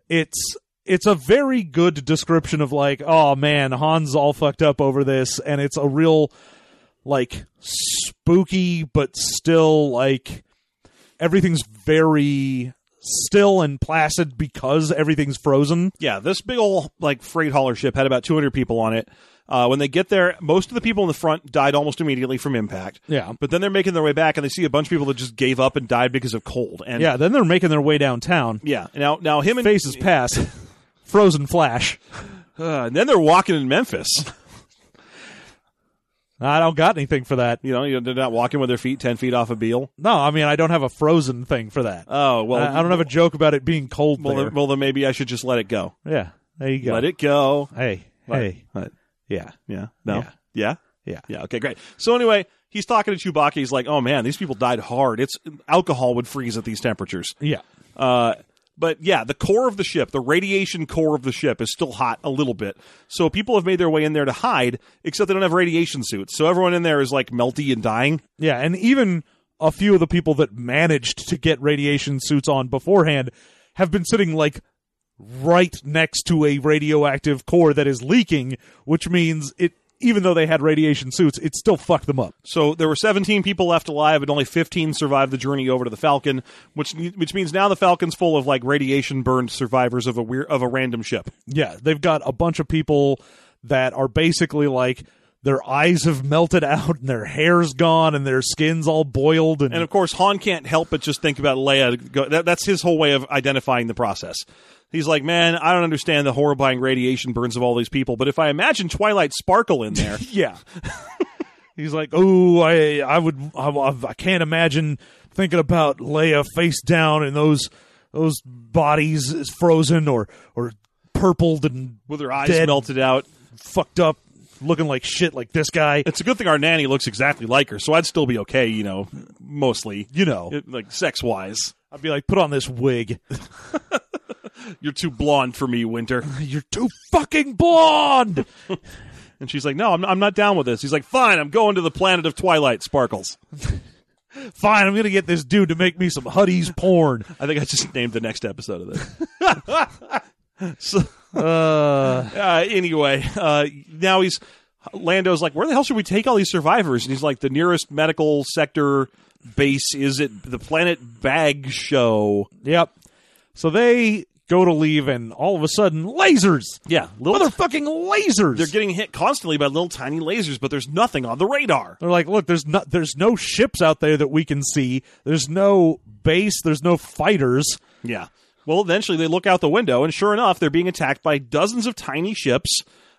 S2: it's it's a very good description of like oh man Han's all fucked up over this and it's a real like spooky but still like everything's very still and placid because everything's frozen.
S3: Yeah, this big old like freight hauler ship had about 200 people on it. Uh, when they get there, most of the people in the front died almost immediately from impact.
S2: Yeah.
S3: But then they're making their way back, and they see a bunch of people that just gave up and died because of cold. And
S2: Yeah, then they're making their way downtown.
S3: yeah. Now, now him and
S2: Faces pass. Frozen flash.
S3: uh, and then they're walking in Memphis.
S2: I don't got anything for that.
S3: you know, you know, they're not walking with their feet 10 feet off a Beal.
S2: No, I mean I don't have a frozen thing for that.
S3: Oh well,
S2: I, I don't have a joke about it being cold
S3: Well,
S2: Uh, there.
S3: then, well, then maybe I should just let it go.
S2: yeah, there you go.
S3: Let it go.
S2: Hey, hey,
S3: Let-
S2: yeah,
S3: yeah. No.
S2: Yeah.
S3: yeah.
S2: yeah.
S3: Yeah. Okay. Great. So anyway, he's talking to Chewbacca. He's like, "Oh man, these people died hard. It's alcohol would freeze at these temperatures."
S2: Yeah.
S3: Uh, but yeah, the core of the ship, the radiation core of the ship, is still hot a little bit. So people have made their way in there to hide, except they don't have radiation suits. So everyone in there is like melty and dying.
S2: Yeah, and even a few of the people that managed to get radiation suits on beforehand have been sitting like right next to a radioactive core that is leaking, which means it even though they had radiation suits, it still fucked them up.
S3: So there were 17 people left alive, and only 15 survived the journey over to the Falcon, which which means now the Falcon's full of like radiation burned survivors of a weird of a random ship.
S2: Yeah, they've got a bunch of people that are basically like their eyes have melted out and their hair's gone and their skin's all boiled and,
S3: And of course, Han can't help but just think about Leia. Go, that, that's his whole way of identifying the process. He's like, man, I don't understand the horrifying radiation burns of all these people, but if I imagine Twilight Sparkle in there,
S2: yeah. He's like, "Oh, I I would I, I can't imagine thinking about Leia face down and those those bodies is frozen or or purpled and
S3: with her eyes
S2: Dead.
S3: melted out,
S2: fucked up looking like shit like this guy."
S3: it's a good thing our nanny looks exactly like her, so I'd still be okay, you know, mostly,
S2: You know,
S3: It- like sex wise.
S2: I'd be like, "Put on this wig.
S3: You're too blonde for me, Winter.
S2: You're too fucking blonde."
S3: And she's like, "No, I'm, I'm not down with this." He's like, "Fine, I'm going to the planet of Twilight Sparkles."
S2: Fine, I'm gonna get this dude to make me some Huddy's porn.
S3: I think I just named the next episode of this.
S2: Uh,
S3: uh, anyway, uh, now he's Lando's like, "Where the hell should we take all these survivors?" And he's like, "The nearest medical sector base is at the Planet Bag Show."
S2: yep. So they go to leave, and all of a sudden, lasers.
S3: Yeah, little
S2: Motherfucking lasers.
S3: They're getting hit constantly by little tiny lasers, but there's nothing on the radar.
S2: They're like, look, there's no, there's no ships out there that we can see. There's no base. There's no fighters.
S3: Yeah. Well, eventually they look out the window, and sure enough, they're being attacked by dozens of tiny ships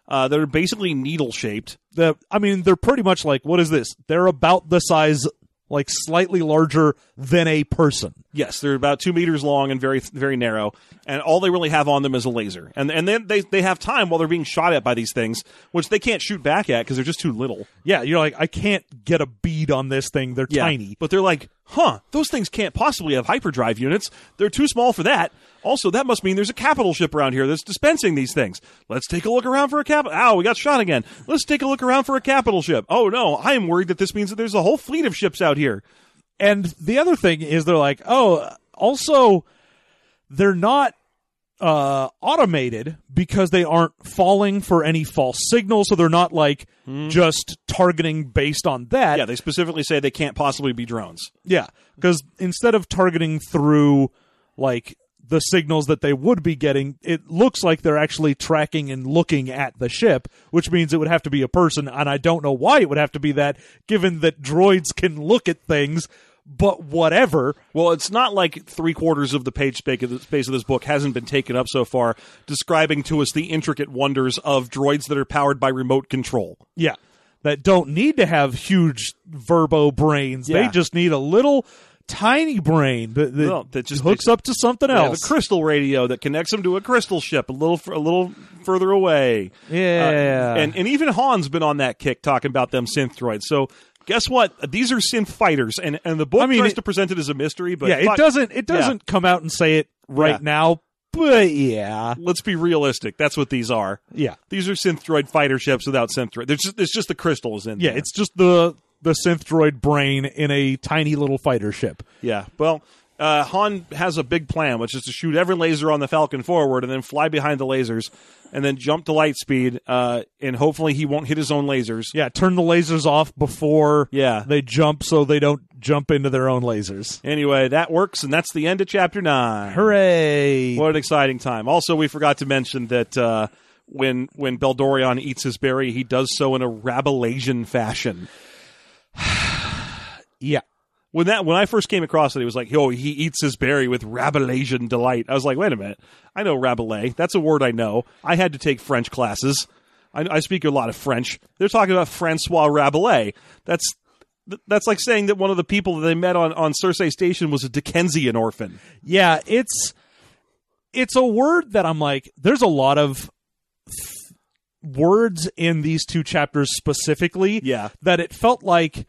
S3: uh, that are basically needle shaped.
S2: The I mean, they're pretty much like, what is this? They're about the size, like slightly larger than a person.
S3: Yes, they're about two meters long and very, very narrow, and all they really have on them is a laser. And and then they they have time while they're being shot at by these things, which they can't shoot back at because they're just too little.
S2: Yeah, you're like, I can't get a bead on this thing. They're tiny.
S3: but they're like, huh? Those things can't possibly have hyperdrive units. They're too small for that. Also, that must mean there's a capital ship around here that's dispensing these things. Let's take a look around for a capital. Ow, we got shot again. Let's take a look around for a capital ship. Oh no, I am worried that this means that there's a whole fleet of ships out here.
S2: And the other thing is, they're like, oh, also, they're not uh, automated because they aren't falling for any false signals. So they're not like just targeting based on that.
S3: Yeah, they specifically say they can't possibly be drones.
S2: Yeah, because instead of targeting through like the signals that they would be getting, it looks like they're actually tracking and looking at the ship, which means it would have to be a person. And I don't know why it would have to be that, given that droids can look at things. But whatever.
S3: Well, it's not like three quarters of the page space of this book hasn't been taken up so far, describing to us the intricate wonders of droids that are powered by remote control.
S2: Yeah. That don't need to have huge verbo brains.
S3: Yeah.
S2: They just need a little tiny brain that, that,
S3: Well, that just-
S2: hooks up to something
S3: They have
S2: else.
S3: a crystal radio that connects them to a crystal ship a little f- a little further away. Uh,
S2: Yeah.
S3: and and even Han's been on that kick talking about them synth droids. So guess what? These are synth fighters, and and the book
S2: mean,
S3: tries
S2: it-
S3: to present it as a mystery, but
S2: yeah, it
S3: fuck,
S2: doesn't it doesn't come out and say it right
S3: Yeah.
S2: now, but yeah.
S3: Let's be realistic. That's what these are.
S2: Yeah.
S3: These are synthroid fighter ships without synthroid. There's just it's just the crystal is in.
S2: Yeah,
S3: there.
S2: it's just the the synth droid brain in a tiny little fighter ship.
S3: Yeah. Well, uh, Han has a big plan, which is to shoot every laser on the Falcon forward and then fly behind the lasers and then jump to light speed. Uh, and hopefully he won't hit his own lasers.
S2: Yeah, turn the lasers off before
S3: Yeah.
S2: they jump so they don't jump into their own lasers.
S3: Anyway, that works, and that's the end of chapter nine.
S2: Hooray!
S3: What an exciting time! Also, we forgot to mention that uh, when when Beldorion eats his berry, he does so in a Rabelaisian fashion.
S2: Yeah.
S3: When that when I first came across it, it was like, "Yo, he eats his berry with Rabelaisian delight." I was like, "Wait a minute, I know Rabelais. That's a word I know. I had to take French classes. I, I speak a lot of French. They're talking about Francois Rabelais. That's th- that's like saying that one of the people that they met on on Cersei Station was a Dickensian orphan.
S2: Yeah, it's it's a word that I'm like there's a lot of th- words in these two chapters specifically
S3: Yeah.
S2: that it felt like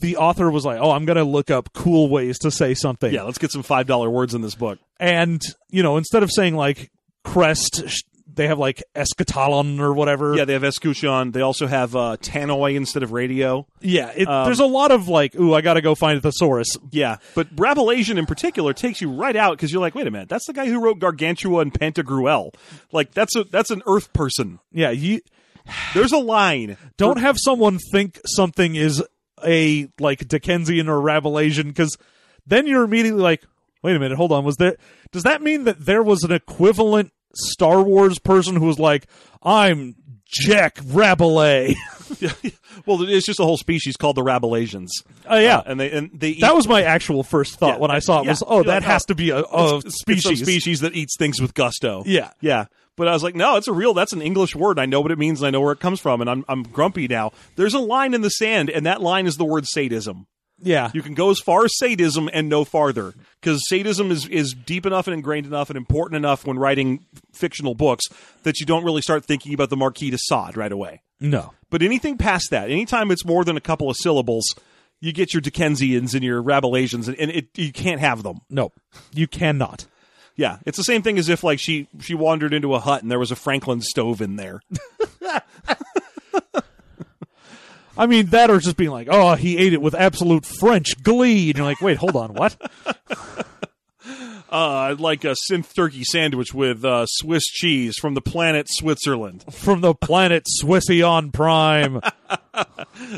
S2: the author was like, "Oh, I'm going to look up cool ways to say something."
S3: Yeah, let's get some five dollar words in this book.
S2: and you know instead of saying like crest sh- they have like eschatalon or whatever
S3: Yeah, they have escutcheon. They also have uh, tannoy instead of radio.
S2: yeah it,
S3: Um,
S2: there's a lot of like ooh i gotta go find a thesaurus
S3: Yeah, but Rabelaisian in particular takes you right out because you're like, wait a minute, that's the guy who wrote Gargantua and Pantagruel. Like that's a that's an Earth person.
S2: yeah you
S3: There's a line.
S2: don't have someone think something is a like dickensian or rabelaisian because then you're immediately like wait a minute hold on was there does that mean that there was an equivalent star wars person who was like i'm jack rabelais
S3: Well, it's just a whole species called the Rabelaisians. Uh,
S2: oh yeah
S3: and they and they eat,
S2: that was my actual first thought
S3: Yeah,
S2: when I saw it
S3: yeah.
S2: was, oh,
S3: You're
S2: that
S3: like,
S2: has
S3: oh,
S2: to be a, a
S3: it's- it's some
S2: species.
S3: species that eats things with gusto.
S2: Yeah.
S3: yeah. But I was like, no, it's a real. That's an English word. I know what it means. and I know where it comes from, and I'm I'm grumpy now. There's a line in the sand, and that line is the word sadism.
S2: Yeah.
S3: You can go as far as sadism and no farther because sadism is, is deep enough and ingrained enough and important enough when writing fictional books that you don't really start thinking about the Marquis de Sade right away.
S2: No.
S3: But anything past that, anytime it's more than a couple of syllables, you get your Dickensians and your Rabelaisians, and, and it, you can't have them.
S2: No. You cannot.
S3: Yeah, it's the same thing as if like she she wandered into a hut and there was a Franklin stove in there.
S2: I mean, that or just being like, oh, he ate it with absolute French glee. And you're like, wait, hold on, what?
S3: Uh, like a synth turkey sandwich with uh, Swiss cheese from the planet Switzerland,
S2: From the planet Swission Prime.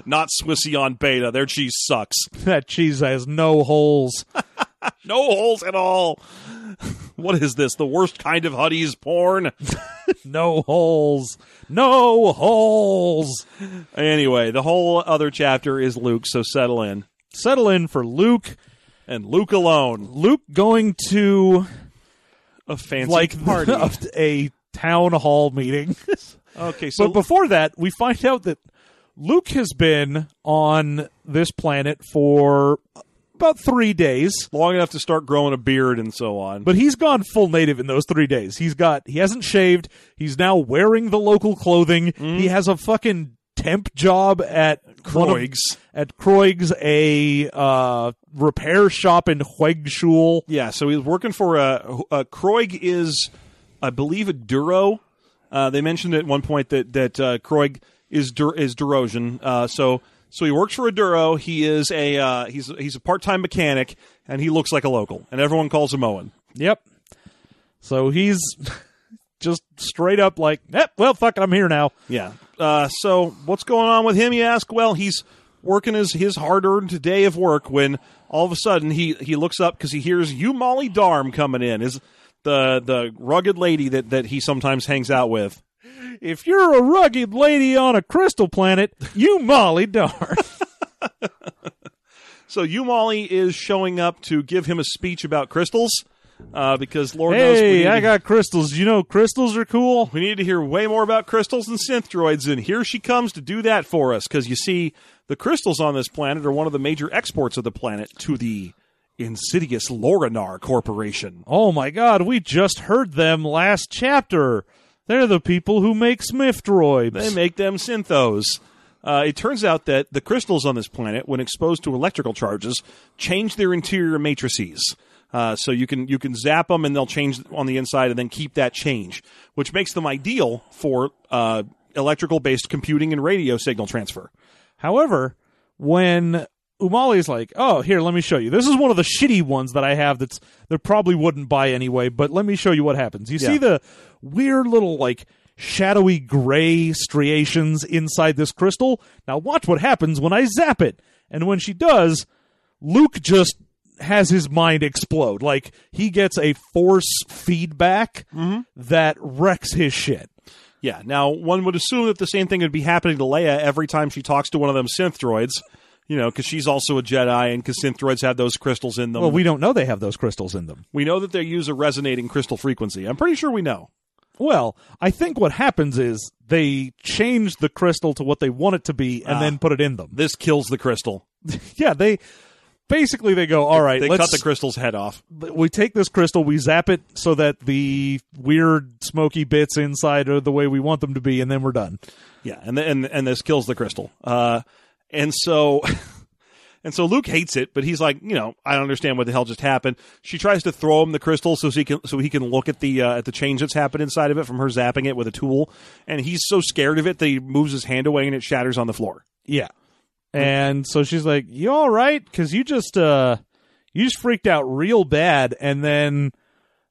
S3: not Swissy on Beta. Their cheese sucks.
S2: that cheese has no holes.
S3: No holes at all. What is this? The worst kind of Huddies porn?
S2: No holes. No holes.
S3: Anyway, the whole other chapter is Luke, so settle in.
S2: Settle in for Luke.
S3: And Luke alone,
S2: Luke going to
S3: a fancy
S2: like
S3: party.
S2: a town hall meeting.
S3: okay, so
S2: but before that, we find out that Luke has been on this planet for about three days.
S3: long enough to start growing a beard and so on.
S2: But he's gone full native in those three days. He's got he hasn't shaved. He's now wearing the local clothing. He has a fucking temp job at one of-
S3: Kroig's.
S2: at Kroig's, a uh, repair shop in Huegschul.
S3: Yeah, so he's working for a, a Kroig is, I believe, a Duro. Uh, they mentioned at one point that that uh, Kroig is Dur- is Durosian. Uh, so so he works for a Duro. He is a uh, he's he's a part time mechanic, and he looks like a local, and everyone calls him Owen.
S2: Yep. So he's just straight up like, eh, well, fuck it, I'm here now.
S3: Yeah. Uh, so what's going on with him? You ask. Well, he's working his his hard earned day of work when all of a sudden he he looks up because he hears you Molly Darm coming in. Is the the rugged lady that that he sometimes hangs out with.
S2: If you're a rugged lady on a crystal planet, you Molly darn.
S3: So you Molly is showing up to give him a speech about crystals, uh, because Lord knows we need,
S2: hey, I
S3: to-
S2: got crystals. You know crystals are cool.
S3: we need to hear way more about crystals and synth droids, and here she comes to do that for us. Because you see, the crystals on this planet are one of the major exports of the planet to the insidious Lorinar Corporation.
S2: Oh my god, we just heard them last chapter. They're the people who make Smith droids.
S3: They make them synthos. Uh, it turns out that the crystals on this planet, when exposed to electrical charges, change their interior matrices. Uh, so you can you can zap them and they'll change on the inside and then keep that change, which makes them ideal for uh, electrical based computing and radio signal transfer.
S2: However, when Umali's like, "Oh, here, let me show you. This is one of the shitty ones that I have. That's that probably wouldn't buy anyway. But let me show you what happens. You see
S3: Yeah.
S2: the weird little like shadowy gray striations inside this crystal. Now watch what happens when I zap it. And when she does, Luke just has his mind explode. Like he gets a force feedback that wrecks his shit.
S3: Yeah. Now one would assume that the same thing would be happening to Leia every time she talks to one of them synthroids, you know, because she's also a Jedi and because synthroids have those crystals in them.
S2: Well, we don't know they have those crystals in them.
S3: we know that they use a resonating crystal frequency. I'm pretty sure we know.
S2: Well, I think what happens is they change the crystal to what they want it to be
S3: Ah.
S2: and then put it in them.
S3: this kills the crystal.
S2: Yeah, they basically they go, all right,
S3: They
S2: let's
S3: cut the crystal's head off.
S2: we take this crystal, we zap it so that the weird smoky bits inside are the way we want them to be, and then we're done.
S3: Yeah, and th- and and this kills the crystal. Uh, and so, and so Luke hates it, but he's like, you know, I don't understand what the hell just happened. She tries to throw him the crystal so he can so he can look at the uh, at the change that's happened inside of it from her zapping it with a tool, and he's so scared of it that he moves his hand away and it shatters on the floor.
S2: Yeah. And so she's like, "You all right? Because you just uh, you just freaked out real bad, and then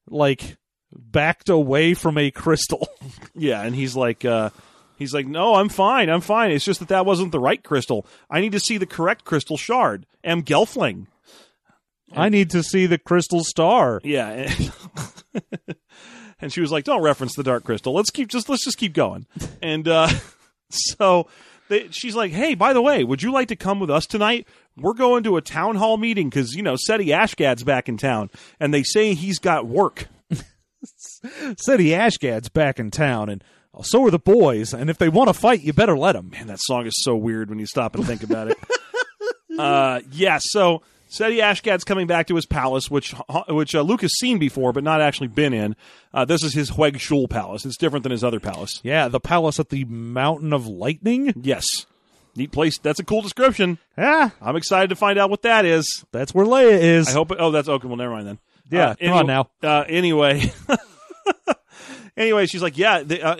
S2: like backed away from a crystal."
S3: Yeah, and he's like, uh, he's like, no, I'm fine, I'm fine. It's just that that wasn't the right crystal. I need to see the correct crystal shard. Am Gelfling.
S2: I need to see the crystal star.
S3: Yeah. And, and she was like, "Don't reference the dark crystal. Let's keep just let's just keep going." And uh, so they, she's like, "Hey, by the way, would you like to come with us tonight? We're going to a town hall meeting because you know Seti Ashgad's back in town, and they say he's got work."
S2: City Ashgad's back in town, and so are the boys. And if they want to fight, you better let them.
S3: Man, that song is so weird when you stop and think about it. uh, yeah. So Seti Ashgad's coming back to his palace, which which uh, Luke has seen before, but not actually been in. Uh, this is his Hueg Shul palace. It's different than his other palace.
S2: Yeah, the palace at the Mountain of Lightning.
S3: Yes. Neat place. That's a cool description.
S2: Yeah,
S3: I'm excited to find out what that is.
S2: that's where Leia is.
S3: I hope. It, oh, that's okay. Well, never mind then.
S2: Yeah,
S3: Uh,
S2: come on
S3: anyway- Uh, anyway, anyway, she's like, yeah. The, uh,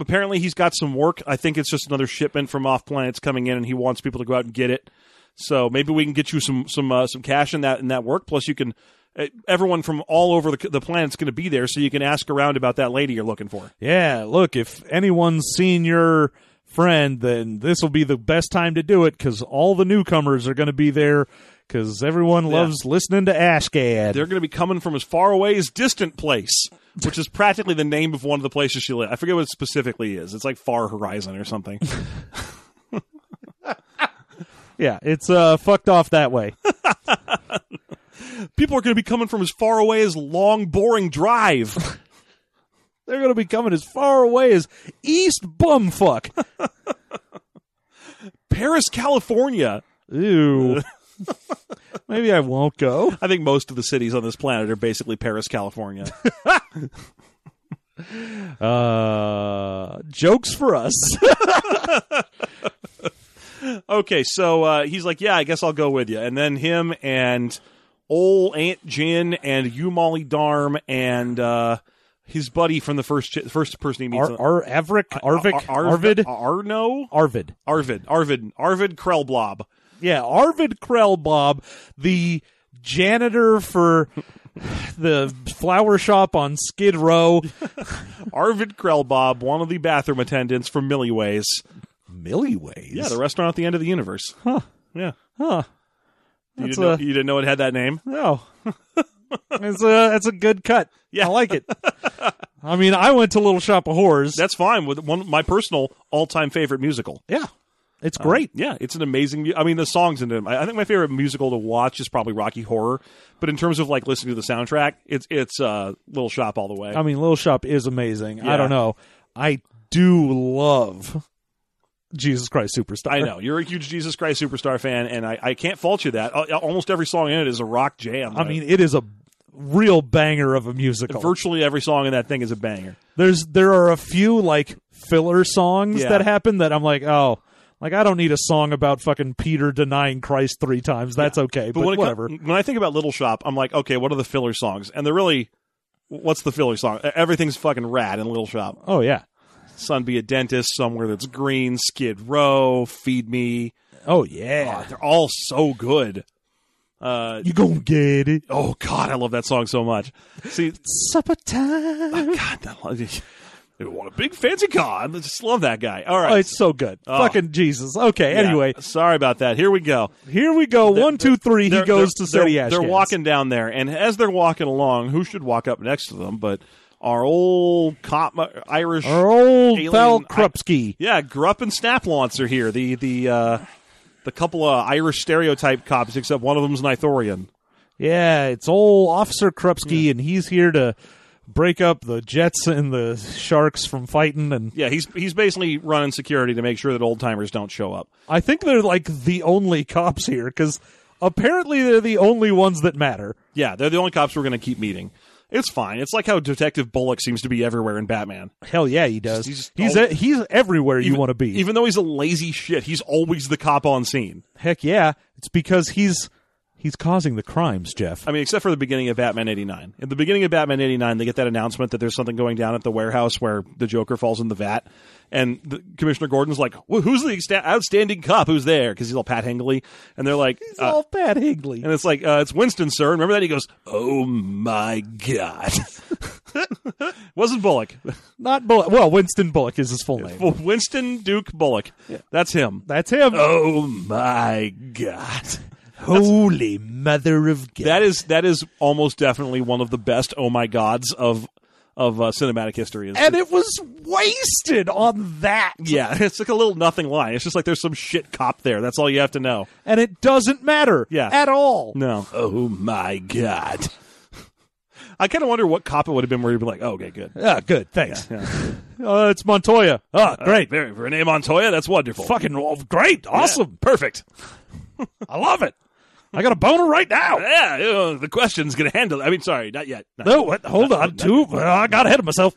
S3: apparently he's got some work. I think it's just another shipment from off planets coming in, and he wants people to go out and get it. So maybe we can get you some some uh, some cash in that in that work. Plus, you can eh, everyone from all over the, the planet's going to be there, so you can ask around about that lady you're looking for.
S2: Yeah, look, if anyone's seen your friend, then this will be the best time to do it because all the newcomers are going to be there because everyone loves listening to Ashgad.
S3: They're going to be coming from as far away as distant place, which is practically the name of one of the places she lives. I forget what it specifically is. It's like Far Horizon or something.
S2: yeah, it's uh, fucked off that way.
S3: People are going to be coming from as far away as Long Boring Drive.
S2: They're going to be coming as far away as East Bumfuck.
S3: Paris, California.
S2: Ew. Maybe I won't go.
S3: I think most of the cities on this planet are basically Paris, California.
S2: Uh, jokes for us.
S3: okay, so uh, he's like, "Yeah, I guess I'll go with you." And then him and old Aunt Jin and you Molly Darm and uh, his buddy from the first chi- first person he meets.
S2: Ar- Ar- Avric, Arvik,
S3: Ar-
S2: Arvid,
S3: Arno,
S2: Arvid.
S3: Arvid, Arvid, Arvid Krellblob.
S2: Yeah, Arvid Krellbob, the janitor for the flower shop on Skid Row.
S3: Arvid Krellbob, one of the bathroom attendants from Millieways.
S2: Millieways.
S3: Yeah, the restaurant at the end of the universe. Huh. Yeah.
S2: huh.
S3: You
S2: That's
S3: didn't, know,
S2: a-
S3: you didn't know it had that name?
S2: No. it's a that's a good cut.
S3: Yeah.
S2: I like it. I mean, I went to Little Shop of Horrors.
S3: That's fine. With one, my personal all-time favorite musical.
S2: yeah. It's great.
S3: Yeah, it's an amazing. mu- I mean, the songs in it. I I think my favorite musical to watch is probably Rocky Horror. But in terms of like listening to the soundtrack, it's it's uh, Little Shop all the way.
S2: I mean, Little Shop is amazing.
S3: Yeah.
S2: I don't know. I do love Jesus Christ Superstar.
S3: I know you're a huge Jesus Christ superstar fan, and I, I can't fault you that. Al- Almost every song in it is a rock jam.
S2: I mean, it is a real banger of a musical.
S3: virtually every song in that thing is a banger.
S2: There's there are a few like filler songs
S3: Yeah.
S2: that happen that I'm like, oh, like I don't need a song about fucking Peter denying Christ three times. That's okay, but,
S3: when it co-
S2: whatever.
S3: when I think about Little Shop, I'm like, okay, what are the filler songs? And they're really, what's the filler song? E-, Everything's fucking rad in Little Shop.
S2: oh yeah,
S3: Son be a dentist somewhere that's green. Skid Row, feed me.
S2: oh
S3: God,
S2: yeah.
S3: they're all so good. Uh,
S2: You gonna get it?
S3: oh God, I love that song so much. See,
S2: Supper time.
S3: God, that lo- they want a big fancy car. I just love that guy. All
S2: Oh,
S3: right,
S2: it's so good.
S3: Oh.
S2: Fucking Jesus. Okay.
S3: Yeah,
S2: Anyway,
S3: sorry about that. Here we go.
S2: here we go. One, two, three. He
S3: They're-
S2: goes
S3: they're-
S2: to City
S3: they're,
S2: Ash.
S3: they're
S2: Cans.
S3: walking down there, and as they're walking along, who should walk up next to them? But our old cop, uh, Irish,
S2: Our old
S3: Alien-
S2: Val Krupski.
S3: yeah, Grupp and Snaplaunce are here. The the uh, the couple of Irish stereotype cops, except one of them's an Ithorian.
S2: Yeah, it's old Officer Krupski, and he's here to break up the Jets and the Sharks from fighting. And
S3: Yeah, he's he's basically running security to make sure that old timers don't show up.
S2: I think they're like the only cops here because apparently they're the only ones that matter.
S3: Yeah, they're the only cops we're going to keep meeting. It's fine. It's like how Detective Bullock seems to be everywhere in Batman.
S2: Hell yeah, he does.
S3: He's just
S2: he's
S3: all-
S2: a- he's everywhere you
S3: Even-
S2: want to be.
S3: Even though he's a lazy shit, he's always the cop on scene.
S2: Heck yeah, it's because he's he's causing the crimes, Jeff.
S3: I mean, except for the beginning of Batman 89. In the beginning of Batman 89, they get that announcement that there's something going down at the warehouse where the Joker falls in the vat. And the, Commissioner Gordon's like, well, who's the exta- outstanding cop who's there? Because he's all Pat Hingley. And they're like,
S2: It's
S3: uh,
S2: all Pat Higley.
S3: and it's like, uh, it's Winston, sir. Remember that? He goes, oh my God. Wasn't Bullock.
S2: Not Bullock. Well, Winston Bullock is his full name.
S3: Well, Winston Duke Bullock. That's him.
S2: That's him.
S3: Oh my god.
S2: Holy Mother of God.
S3: That is that is almost definitely one of the best oh my gods of of uh, cinematic history. Is
S2: and it was wasted on that.
S3: yeah, it's like a little nothing line. It's just like there's some shit cop there. That's all you have to know.
S2: And it doesn't matter
S3: Yeah.
S2: at all.
S3: No. Oh my god. I kind of wonder what cop it would have been where you'd be like, oh, okay, good.
S2: Ah, good. Thanks. Uh, it's Montoya. Ah, great.
S3: Very Renee Montoya, that's wonderful.
S2: Fucking well, great. Awesome.
S3: Perfect.
S2: I love it. I got a boner right now.
S3: Yeah, you know, the question's gonna handle. I mean, sorry, not yet. Not
S2: No, what? Hold on. Two. well, I got ahead of myself.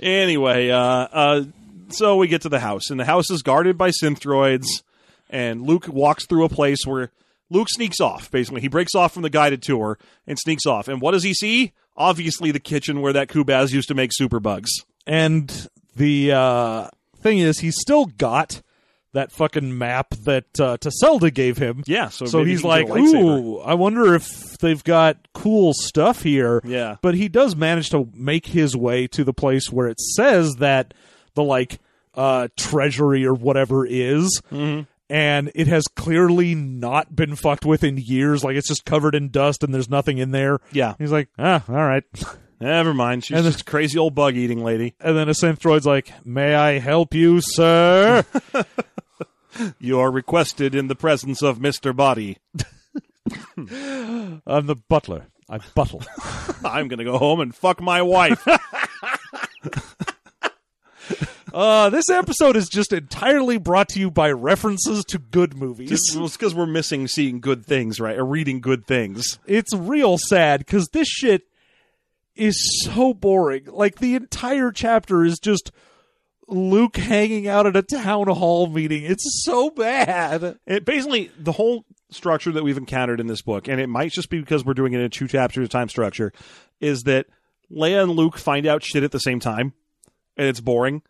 S3: Anyway, uh, uh, so we get to the house, and the house is guarded by synthroids. And Luke walks through a place where Luke sneaks off. Basically, he breaks off from the guided tour and sneaks off. And what does he see? Obviously, the kitchen where that Kubaz used to make superbugs.
S2: And the uh, thing is, he's still got that fucking map that uh, Tasselda gave him.
S3: Yeah, so,
S2: So
S3: maybe
S2: he's
S3: he can
S2: like,
S3: get a lightsaber.
S2: ooh, I wonder if they've got cool stuff here.
S3: Yeah.
S2: But he does manage to make his way to the place where it says that the, like, uh, treasury or whatever is.
S3: Mm-hmm.
S2: And it has clearly not been fucked with in years. Like, it's just covered in dust and there's nothing in there.
S3: Yeah.
S2: He's like, ah, all right.
S3: Never mind. She's
S2: And the-
S3: just a crazy old bug eating lady.
S2: And then a synth droid's like, may I help you, sir?
S3: You are requested in the presence of Mr. Body.
S2: I'm the butler. I buttle.
S3: I'm going to go home and fuck my wife.
S2: Uh, this episode is just entirely brought to you by references to good movies.
S3: it's because we're missing seeing good things, right? Or reading good things.
S2: It's real sad because this shit is so boring. Like the entire chapter is just Luke hanging out at a town hall meeting. It's so bad.
S3: It, basically, the whole structure that we've encountered in this book, and it might just be because we're doing it in a two chapter at a time structure, is that Leia and Luke find out shit at the same time, and it's boring.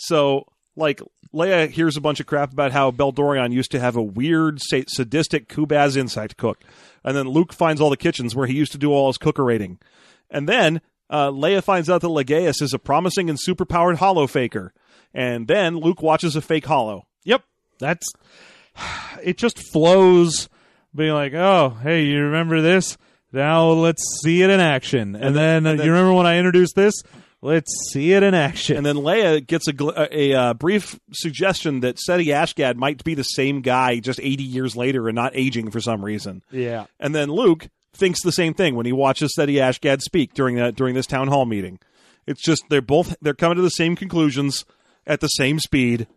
S3: So, like, Leia hears a bunch of crap about how Beldorion used to have a weird, sa- sadistic Kubaz insect cook, and then Luke finds all the kitchens where he used to do all his cookerating, and then uh, Leia finds out that Legaeus is a promising and superpowered hollow faker, and then Luke watches a fake hollow.
S2: Yep, that's it. Just flows, being like, "Oh, hey, you remember this? Now let's see it in action." And, then, uh, you remember when I introduced this? Let's see it in action.
S3: And then Leia gets a gl- a, a uh, brief suggestion that Seti Ashgad might be the same guy just 80 years later and not aging for some reason.
S2: yeah.
S3: And then Luke thinks the same thing when he watches Seti Ashgad speak during that during this town hall meeting. It's just they're both they're coming to the same conclusions at the same speed,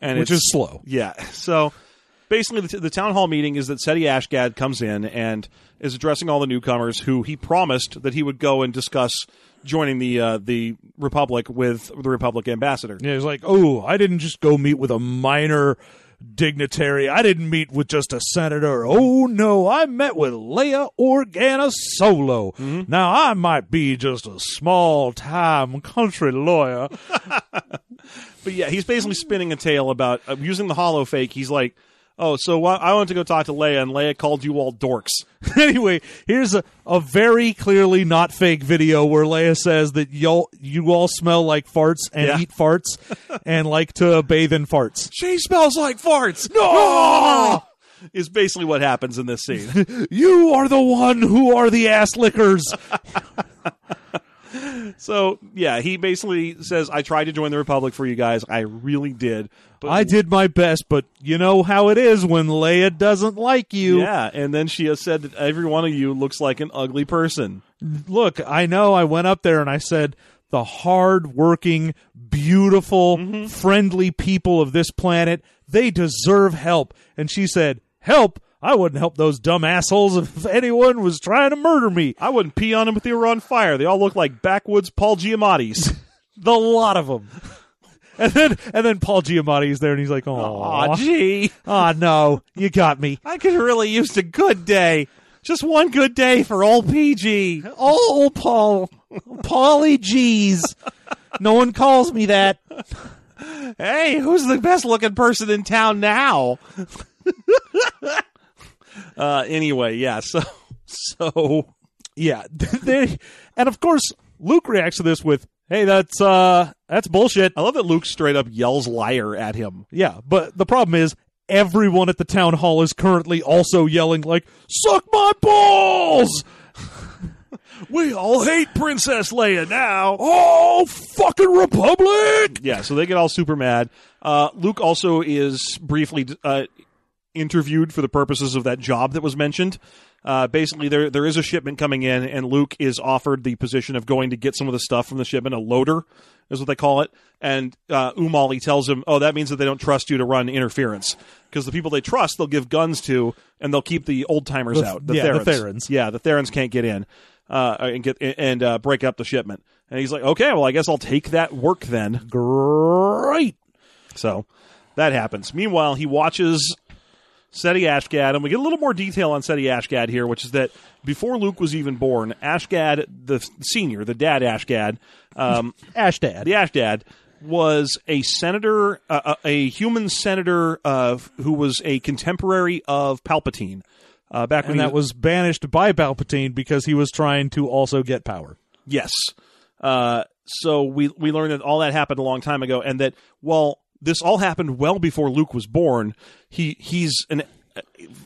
S3: and
S2: Which
S3: it's,
S2: is slow.
S3: yeah. So basically, the, the town hall meeting is that Seti Ashgad comes in and is addressing all the newcomers who he promised that he would go and discuss joining the uh, the Republic with the Republic ambassador.
S2: Yeah, it's like, oh, I didn't just go meet with a minor dignitary. I didn't meet with just a senator. Oh no, I met with Leia Organa Solo. Now I might be just a small time country lawyer.
S3: But yeah, he's basically spinning a tale about uh, using the hollow fake. He's like, "Oh, so wh- I went to go talk to Leia, and Leia called you all dorks."
S2: anyway, here's a, a very clearly not fake video where Leia says that y'all you all smell like farts and
S3: Yeah.
S2: eat farts and like to bathe in farts. Ah!
S3: She smells like farts. No. Is basically what happens in this scene.
S2: You are the one who are the ass lickers.
S3: so yeah, he basically says, "I tried to join the Republic for you guys. I really did." But
S2: I did my best, but you know how it is when Leia doesn't like you.
S3: Yeah, and then she has said that every one of you looks like an ugly person.
S2: Look, I know I went up there and I said the hard-working, beautiful,
S3: Mm-hmm.
S2: friendly people of this planet, they deserve help. And she said, "Help? I wouldn't help those dumb assholes if anyone was trying to murder me.
S3: I wouldn't pee on them if they were on fire. They all look like backwoods Paul Giamatti's.
S2: The lot of them." And then, and then Paul Giamatti is there, and he's like,
S3: Aw,
S2: "Oh,
S3: gee.
S2: oh no, you got me."
S3: I could have really used a good day. Just one good day for old PG.
S2: Oh, Paul, Paulie G's. No one calls me that.
S3: Hey, who's the best looking person in town now? uh, anyway, yeah, so so
S2: Yeah, they, and of course Luke reacts to this with, "Hey, that's uh, that's bullshit."
S3: I love that Luke straight up yells liar at him.
S2: Yeah, but the problem is everyone at the town hall is currently also yelling like, "Suck my balls!"
S5: We all hate Princess Leia now.
S2: Oh, fucking republic!
S3: Yeah, so they get all super mad. Uh, Luke also is briefly uh, interviewed for the purposes of that job that was mentioned. Uh, basically, there there is a shipment coming in, and Luke is offered the position of going to get some of the stuff from the shipment. A loader is what they call it. And uh, Umali tells him, "Oh, that means that they don't trust you to run interference because the people they trust, they'll give guns to, and they'll keep the old timers out. The
S2: yeah, the
S3: Therans.
S2: Therans.
S3: Yeah, the Therans can't get in." Uh, and get and uh, break up the shipment, and he's like, "Okay, well, I guess I'll take that work then."
S2: Great.
S3: So that happens. Meanwhile, he watches Seti Ashgad, and we get a little more detail on Seti Ashgad here, which is that before Luke was even born, Ashgad, the f- senior, the dad Ashgad, um,
S6: Ashdad.
S3: the Ashdad was a senator, uh, a a human senator of who was a contemporary of Palpatine. Uh, back when
S2: and
S3: he
S2: that was banished by Palpatine because he was trying to also get power.
S3: Yes. Uh, so we we learned that all that happened a long time ago, and that while this all happened well before Luke was born, he he's an uh,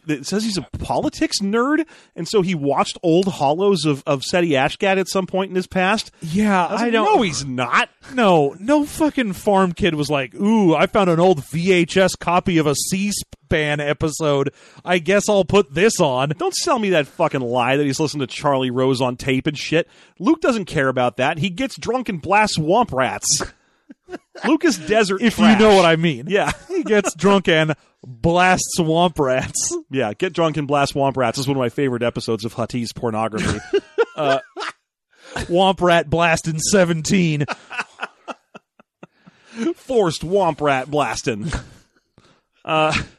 S3: it says he's a politics nerd, and so he watched old hollows of of Seti Ashgad at some point in his past.
S2: Yeah,
S3: was like, No, he's not.
S2: No, no fucking farm kid was like, "Ooh, I found an old VHS copy of a C-SPAN episode. I guess I'll put this on."
S3: Don't sell me that fucking lie that he's listening to Charlie Rose on tape and shit. Luke doesn't care about that. He gets drunk and blasts swamp rats. Luke is desert.
S2: If
S3: trash.
S2: you know what I mean.
S3: yeah.
S2: He gets drunk and blasts swamp rats.
S3: Yeah, Get Drunk and Blast Womp Rats is one of my favorite episodes of Hutty's pornography.
S2: Womp rat blast in 17.
S3: Forced Womp Rat blasting.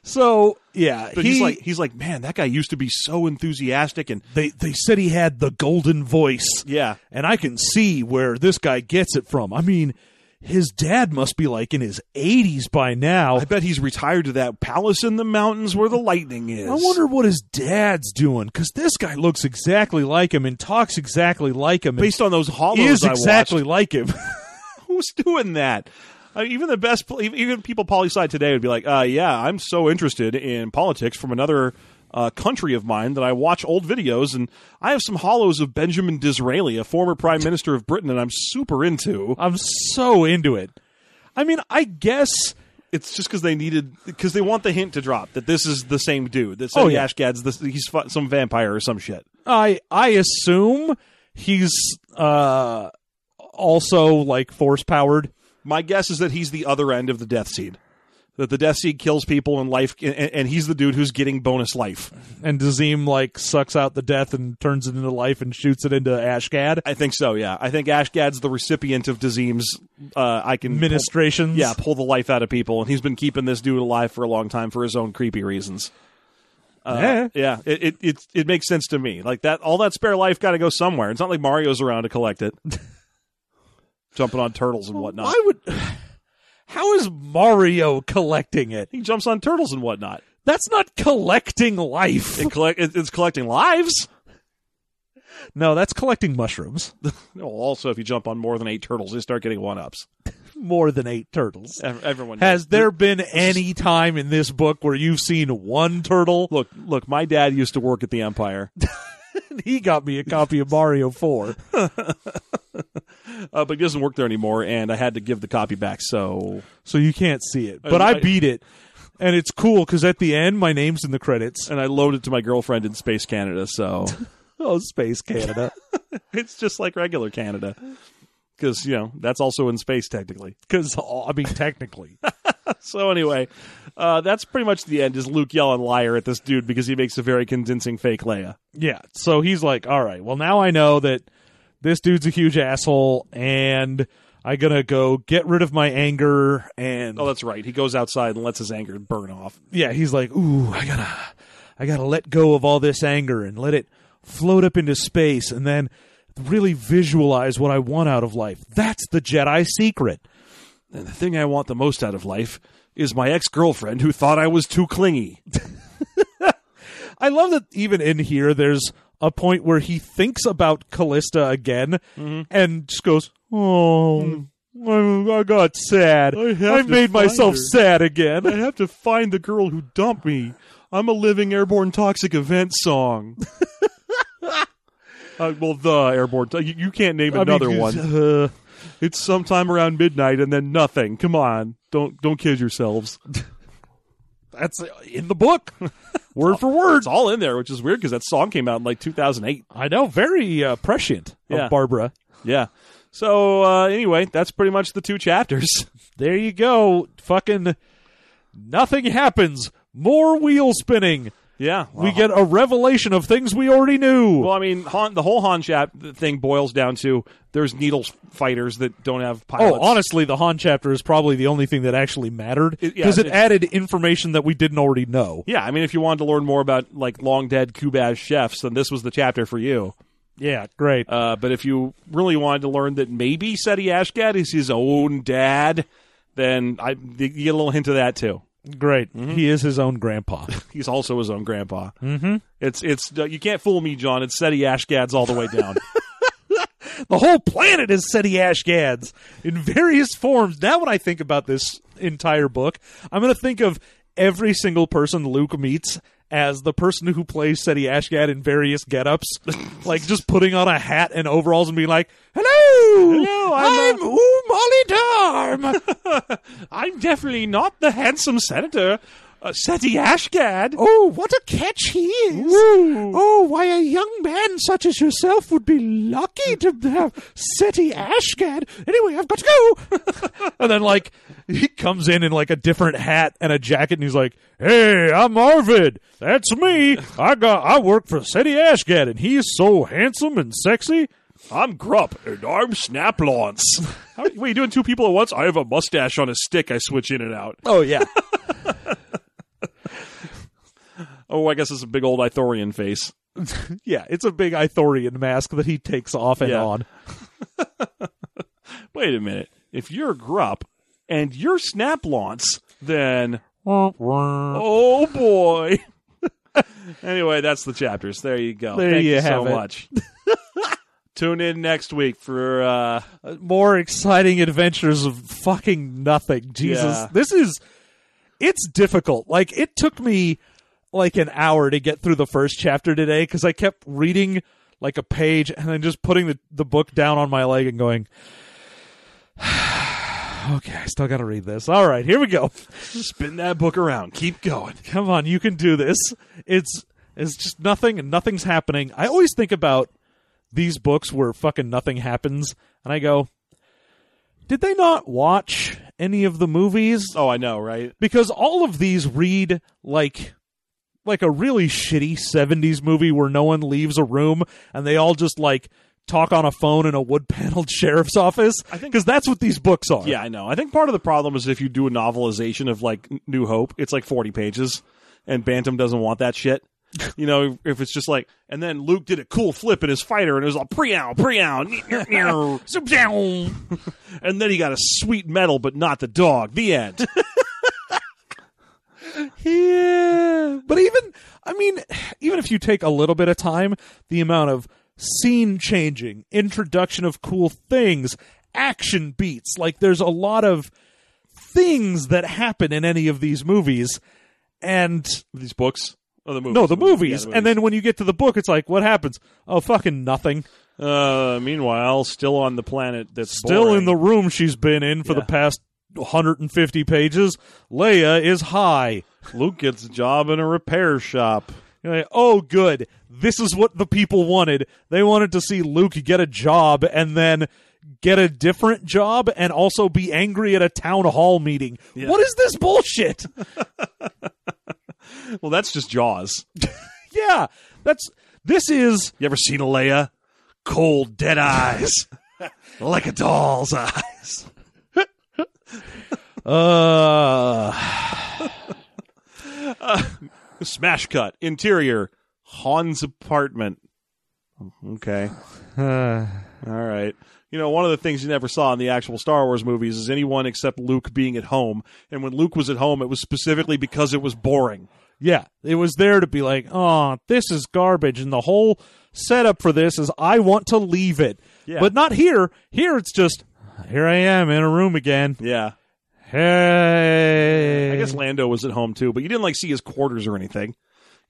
S2: So, yeah,
S3: But he's like he's like, man, that guy used to be so enthusiastic and
S2: they they said he had the golden voice.
S3: yeah.
S2: And I can see where this guy gets it from. I mean, his dad must be like in his 80s by now.
S3: I bet he's retired to that palace in the mountains where the lightning is.
S2: I wonder what his dad's doing because this guy looks exactly like him and talks exactly like him. and
S3: based on those hollows
S2: is
S3: I
S2: exactly like him.
S3: watched, who's doing that? I mean, even the best, even people poli sci today would be like, uh, yeah, I'm so interested in politics from another uh, country of mine that I watch old videos and I have some hollows of Benjamin Disraeli, a former prime minister of Britain, and I'm super into.
S2: I'm so into it. I mean, I guess
S3: It's just because they needed because they want the hint to drop that this is the same dude. That oh,
S2: yeah.
S3: Ashgad's this, he's fu- some vampire or some shit.
S2: I I assume he's uh also like force powered.
S3: My guess is that he's the other end of the Death Seed. That the Death Seed kills people and life, and, and he's the dude who's getting bonus life.
S2: And Dazim like sucks out the death and turns it into life and shoots it into Ashgad
S3: I think so. Yeah, I think Ashgad's the recipient of Dazim's. Uh, I can
S2: ministrations.
S3: pull- yeah, pull the life out of people, and he's been keeping this dude alive for a long time for his own creepy reasons. Uh,
S2: Yeah.
S3: yeah, it, it it it makes sense to me. Like that, all that spare life got to go somewhere. It's not like Mario's around to collect it, jumping on turtles and whatnot.
S2: Why would? How is Mario collecting it?
S3: He jumps on turtles and whatnot.
S2: That's not collecting life.
S3: It collect it, it's collecting lives.
S2: No, that's collecting mushrooms.
S3: No, also if you jump on more than eight turtles, they start getting one ups.
S2: More than eight turtles.
S3: Everyone
S2: Has there been any time in this book where you've seen one turtle?
S3: look look. My dad used to work at the Empire.
S2: He got me a copy of Mario 4.
S3: uh, but he doesn't work there anymore, and I had to give the copy back. So
S2: So you can't see it. But I,
S3: I-
S2: beat it. And it's cool because at the end, my name's in the credits.
S3: and I loaned it to my girlfriend in Space Canada. So
S2: Oh, Space Canada.
S3: it's just like regular Canada, because you know that's also in space technically.
S2: Because, I mean, technically.
S3: So anyway, uh, that's pretty much the end. Is Luke yelling liar at this dude because he makes a very convincing fake Leia?
S2: Yeah. So he's like, all right, well, now I know that this dude's a huge asshole and I'm going to go get rid of my anger and.
S3: Oh, that's right. He goes outside and lets his anger burn off.
S2: yeah, he's like, ooh, I gotta, I gotta let go of all this anger and let it float up into space, and then really visualize what I want out of life. That's the Jedi secret.
S3: And the thing I want the most out of life is my ex girlfriend who thought I was too clingy.
S2: I love that even in here, there's a point where he thinks about Callista again
S3: Mm-hmm.
S2: and just goes, oh. I, I got sad.
S3: Mm. I have
S2: I
S3: to
S2: made
S3: find
S2: myself
S3: her."
S2: sad again.
S3: I have to find the girl who dumped me. I'm a living airborne toxic event song. uh, well, the airborne. to- you, you can't name another one.
S2: Uh,
S3: It's sometime around midnight and then nothing. Come on, don't don't kid yourselves.
S2: that's in the book, word for word.
S3: It's all in there, which is weird because that song came out in like 2008.
S2: I know, very uh, prescient of
S3: Yeah.
S2: Barbara.
S3: Yeah. So uh, anyway, that's pretty much the two chapters.
S2: There you go. Fucking nothing happens. More wheel spinning.
S3: Yeah,
S2: We get a revelation of things we already knew.
S3: Well, I mean, Han, the whole Han chap thing boils down to there's needles fighters that don't have pilots.
S2: Oh, honestly, the Han chapter is probably the only thing that actually mattered
S3: It- yeah,
S2: because it,
S3: it-
S2: added information that we didn't already know.
S3: Yeah, I mean, if you wanted to learn more about like long dead Kubaz chefs, then this was the chapter for you.
S2: Yeah, great.
S3: Uh, but if you really wanted to learn that maybe Seti Ashgad is his own dad, then I you get a little hint of that too.
S2: Great.
S3: mm-hmm.
S2: He is his own grandpa.
S3: He's also his own grandpa. Mm-hmm. It's it's you can't fool me, John. It's Seti Ashgad's all the way down.
S2: the whole planet is SETI Ashgads in various forms. Now, when I think about this entire book, I'm going to think of every single person Luke meets as the person who plays SETI Ashgad in various getups, like just putting on a hat and overalls and being like, "Hello,
S3: Hello,
S2: I'm,
S3: I'm, uh,
S2: Ooh Molly Darm.
S3: I'm definitely not the handsome senator. Uh, Seti Ashgad.
S2: Oh, what a catch he is! Oh, why a young man such as yourself would be lucky to have SETI Ashgad. Anyway, I've got to go. and then, like, he comes in in like a different hat and a jacket, and he's like, "Hey, I'm Arvid. That's me. I got I work for SETI Ashgad, and he's so handsome and sexy."
S5: I'm Grupp, and I'm Snaplance.
S3: How, wait, you doing two people at once? I have a mustache on a stick. I switch in and out.
S2: Oh yeah.
S3: Oh, I guess it's a big old Ithorian face.
S2: Yeah, it's a big Ithorian mask that he takes off and
S3: Yeah.
S2: on.
S3: Wait a minute. If you're Grupp and you're Snaplance,
S2: Uh,
S3: then oh boy. anyway, that's the chapters. There you go.
S2: There
S3: Thank you,
S2: you
S3: so
S2: have it.
S3: much. Tune in next week for uh
S2: more exciting adventures of fucking nothing. Jesus,
S3: Yeah.
S2: this is it's difficult. Like it took me like an hour to get through the first chapter today cuz I kept reading like a page and then just putting the, the book down on my leg and going Okay, I still got to read this. All right, here we go.
S3: spin that book around. Keep going.
S2: Come on, you can do this. It's it's just nothing and nothing's happening. I always think about these books where fucking nothing happens and I go, did they not watch any of the movies?
S3: Oh, I know, right?
S2: Because all of these read like like a really shitty 70s movie where no one leaves a room and they all just like talk on a phone in a wood-paneled sheriff's office
S3: I think-
S2: because that's what these books are.
S3: Yeah, I know. I think part of the problem is if you do a novelization of like New Hope, it's like 40 pages and Bantam doesn't want that shit. You know, if it's just like, and then Luke did a cool flip in his fighter and it was all preow, preow, zoom down. and then he got a sweet medal, but not the dog. The end.
S2: Yeah, but even I mean, even if you take a little bit of time, the amount of scene changing, introduction of cool things, action beats, like there's a lot of things that happen in any of these movies, and
S3: These books. Oh, the movies.
S2: no, the movies,
S3: Yeah,
S2: and then when you get to the book, it's like, what happens? Oh, fucking nothing.
S3: Uh, meanwhile, still on the planet that's
S2: Still
S3: boring.
S2: in the room she's been in for
S3: Yeah.
S2: the past 150 pages. Leia is high.
S3: Luke gets a job in a repair shop.
S2: You're like, oh, good. This is what the people wanted. They wanted to see Luke get a job and then get a different job and also be angry at a town hall meeting. What is this bullshit?
S3: Well, that's just Jaws.
S2: yeah, that's this is
S3: You ever seen a Leia? Cold, dead eyes. like a doll's eyes.
S2: uh
S3: Uh, Smash cut. Interior. Han's apartment. Okay. All right. You know, one of the things you never saw in the actual Star Wars movies is anyone except Luke being at home. And when Luke was at home, it was specifically because it was boring.
S2: yeah, it was there to be like, "Oh, this is garbage." And the whole setup for this is I want to leave it.
S3: Yeah.
S2: But not here. Here it's just here I am in a room again.
S3: Yeah.
S2: Hey.
S3: I guess Lando was at home too, but you didn't like see his quarters or anything.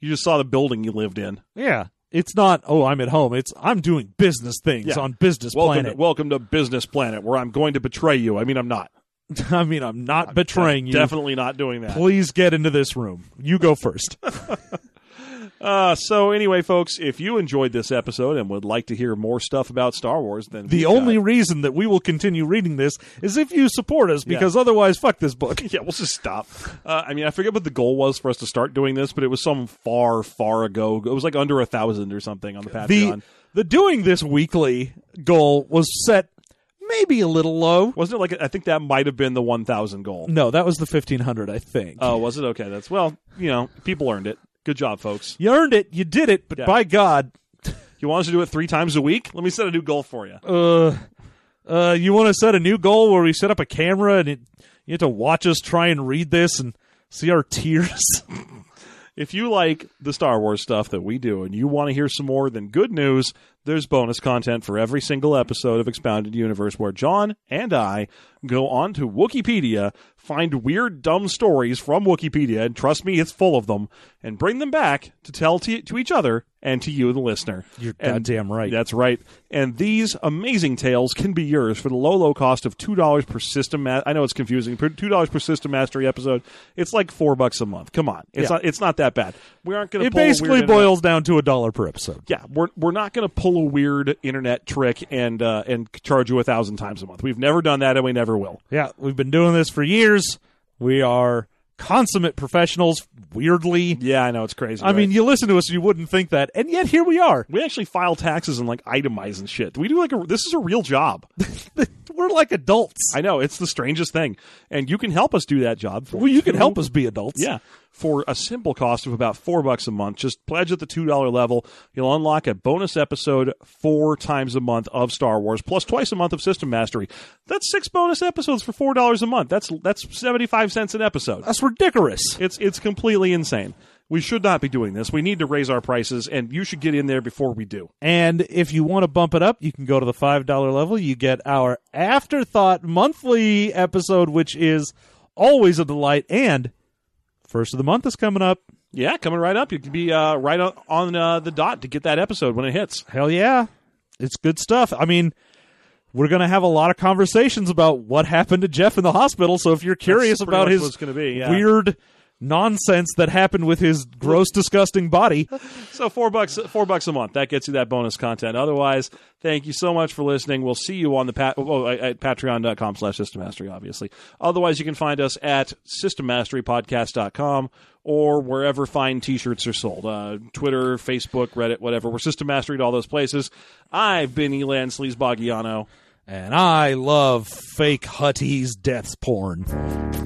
S3: You just saw the building he lived in.
S2: Yeah. It's not, oh, I'm at home. It's, I'm doing business things
S3: Yeah.
S2: on Business
S3: Welcome to,
S2: Planet.
S3: welcome to Business Planet, where I'm going to betray you. I mean, I'm not.
S2: I mean, I'm not betraying you.
S3: Definitely not doing that.
S2: Please get into this room. You go first.
S3: Uh, so anyway, folks, if you enjoyed this episode and would like to hear more stuff about Star Wars, then
S2: The
S3: we've
S2: only
S3: got-
S2: reason that we will continue reading this is if you support us, because otherwise, fuck this book.
S3: yeah, we'll just stop. Uh, I mean, I forget what the goal was for us to start doing this, but it was some far, far ago. It was like under a thousand or something on the Patreon.
S2: The the doing this weekly goal was set maybe a little low.
S3: Wasn't it like I think that might have been the one thousand goal?
S2: No, that was the fifteen hundred, I think.
S3: Oh, was it okay? That's well, you know, people earned it. Good job, folks.
S2: you earned it, you did it, but
S3: Yeah.
S2: by God,
S3: You want us to do it three times a week? Let me set a new goal for you.
S2: uh, uh, you want to set a new goal where we set up a camera and it, you have to watch us try and read this and see our tears.
S3: If you like the Star Wars stuff that we do and you want to hear some more, then good news. There's bonus content for every single episode of Expounded Universe where John and I go on to Wikipedia, find weird, dumb stories from Wikipedia, and trust me, it's full of them, and bring them back to tell to, to each other and to you, the listener.
S2: You're
S3: And-
S2: goddamn right.
S3: That's right. And these amazing tales can be yours for the low, low cost of two dollars per system. Ma- I know it's confusing. Per- Two dollars per system mastery episode. It's like four bucks a month. Come on, it's not. It's not that bad. We aren't going to.
S2: It basically boils down to a dollar per episode.
S3: Yeah, we're we're not going to pull a weird internet trick and uh, and charge you a thousand times a month. We've never done that, and we never will.
S2: Yeah, we've been doing this for years. We are consummate professionals. Weirdly,
S3: Yeah, I know it's crazy.
S2: I mean, you listen to us, you wouldn't think that, and yet here we are.
S3: we actually file taxes and like itemize and shit. We do like a. This is a real job.
S2: We're like adults.
S3: I know it's the strangest thing, and you can help us do that job. For
S2: well, you can
S3: two-
S2: help us be adults.
S3: Yeah, for a simple cost of about four bucks a month, just pledge at the two dollar level. You'll unlock a bonus episode four times a month of Star Wars, plus twice a month of System Mastery. That's six bonus episodes for four dollars a month. That's that's seventy five cents an episode.
S2: that's ridiculous.
S3: It's it's completely insane. We should not be doing this. We need to raise our prices, and you should get in there before we do.
S2: And if you want to bump it up, you can go to the $5 level. You get our Afterthought monthly episode, which is always a delight. And first of the month is coming up.
S3: Yeah, coming right up. You can be uh, right on, on uh, the dot to get that episode when it hits.
S2: Hell yeah. It's good stuff. I mean, we're going to have a lot of conversations about what happened to Jeff in the hospital. So if you're curious
S3: pretty
S2: about
S3: much
S2: his
S3: what it's gonna be, yeah.
S2: weird nonsense that happened with his gross, disgusting body,
S3: So four bucks, four bucks a month. That gets you that bonus content. Otherwise, thank you so much for listening. We'll see you on the pat- oh, at patreon.com slash system mastery, obviously. Otherwise, you can find us at systemmasterypodcast.com or wherever fine t-shirts are sold. Uh, Twitter, Facebook, Reddit, whatever. We're system mastery to all those places. I've been Elan Sleaze
S2: and I love fake Hutties death porn.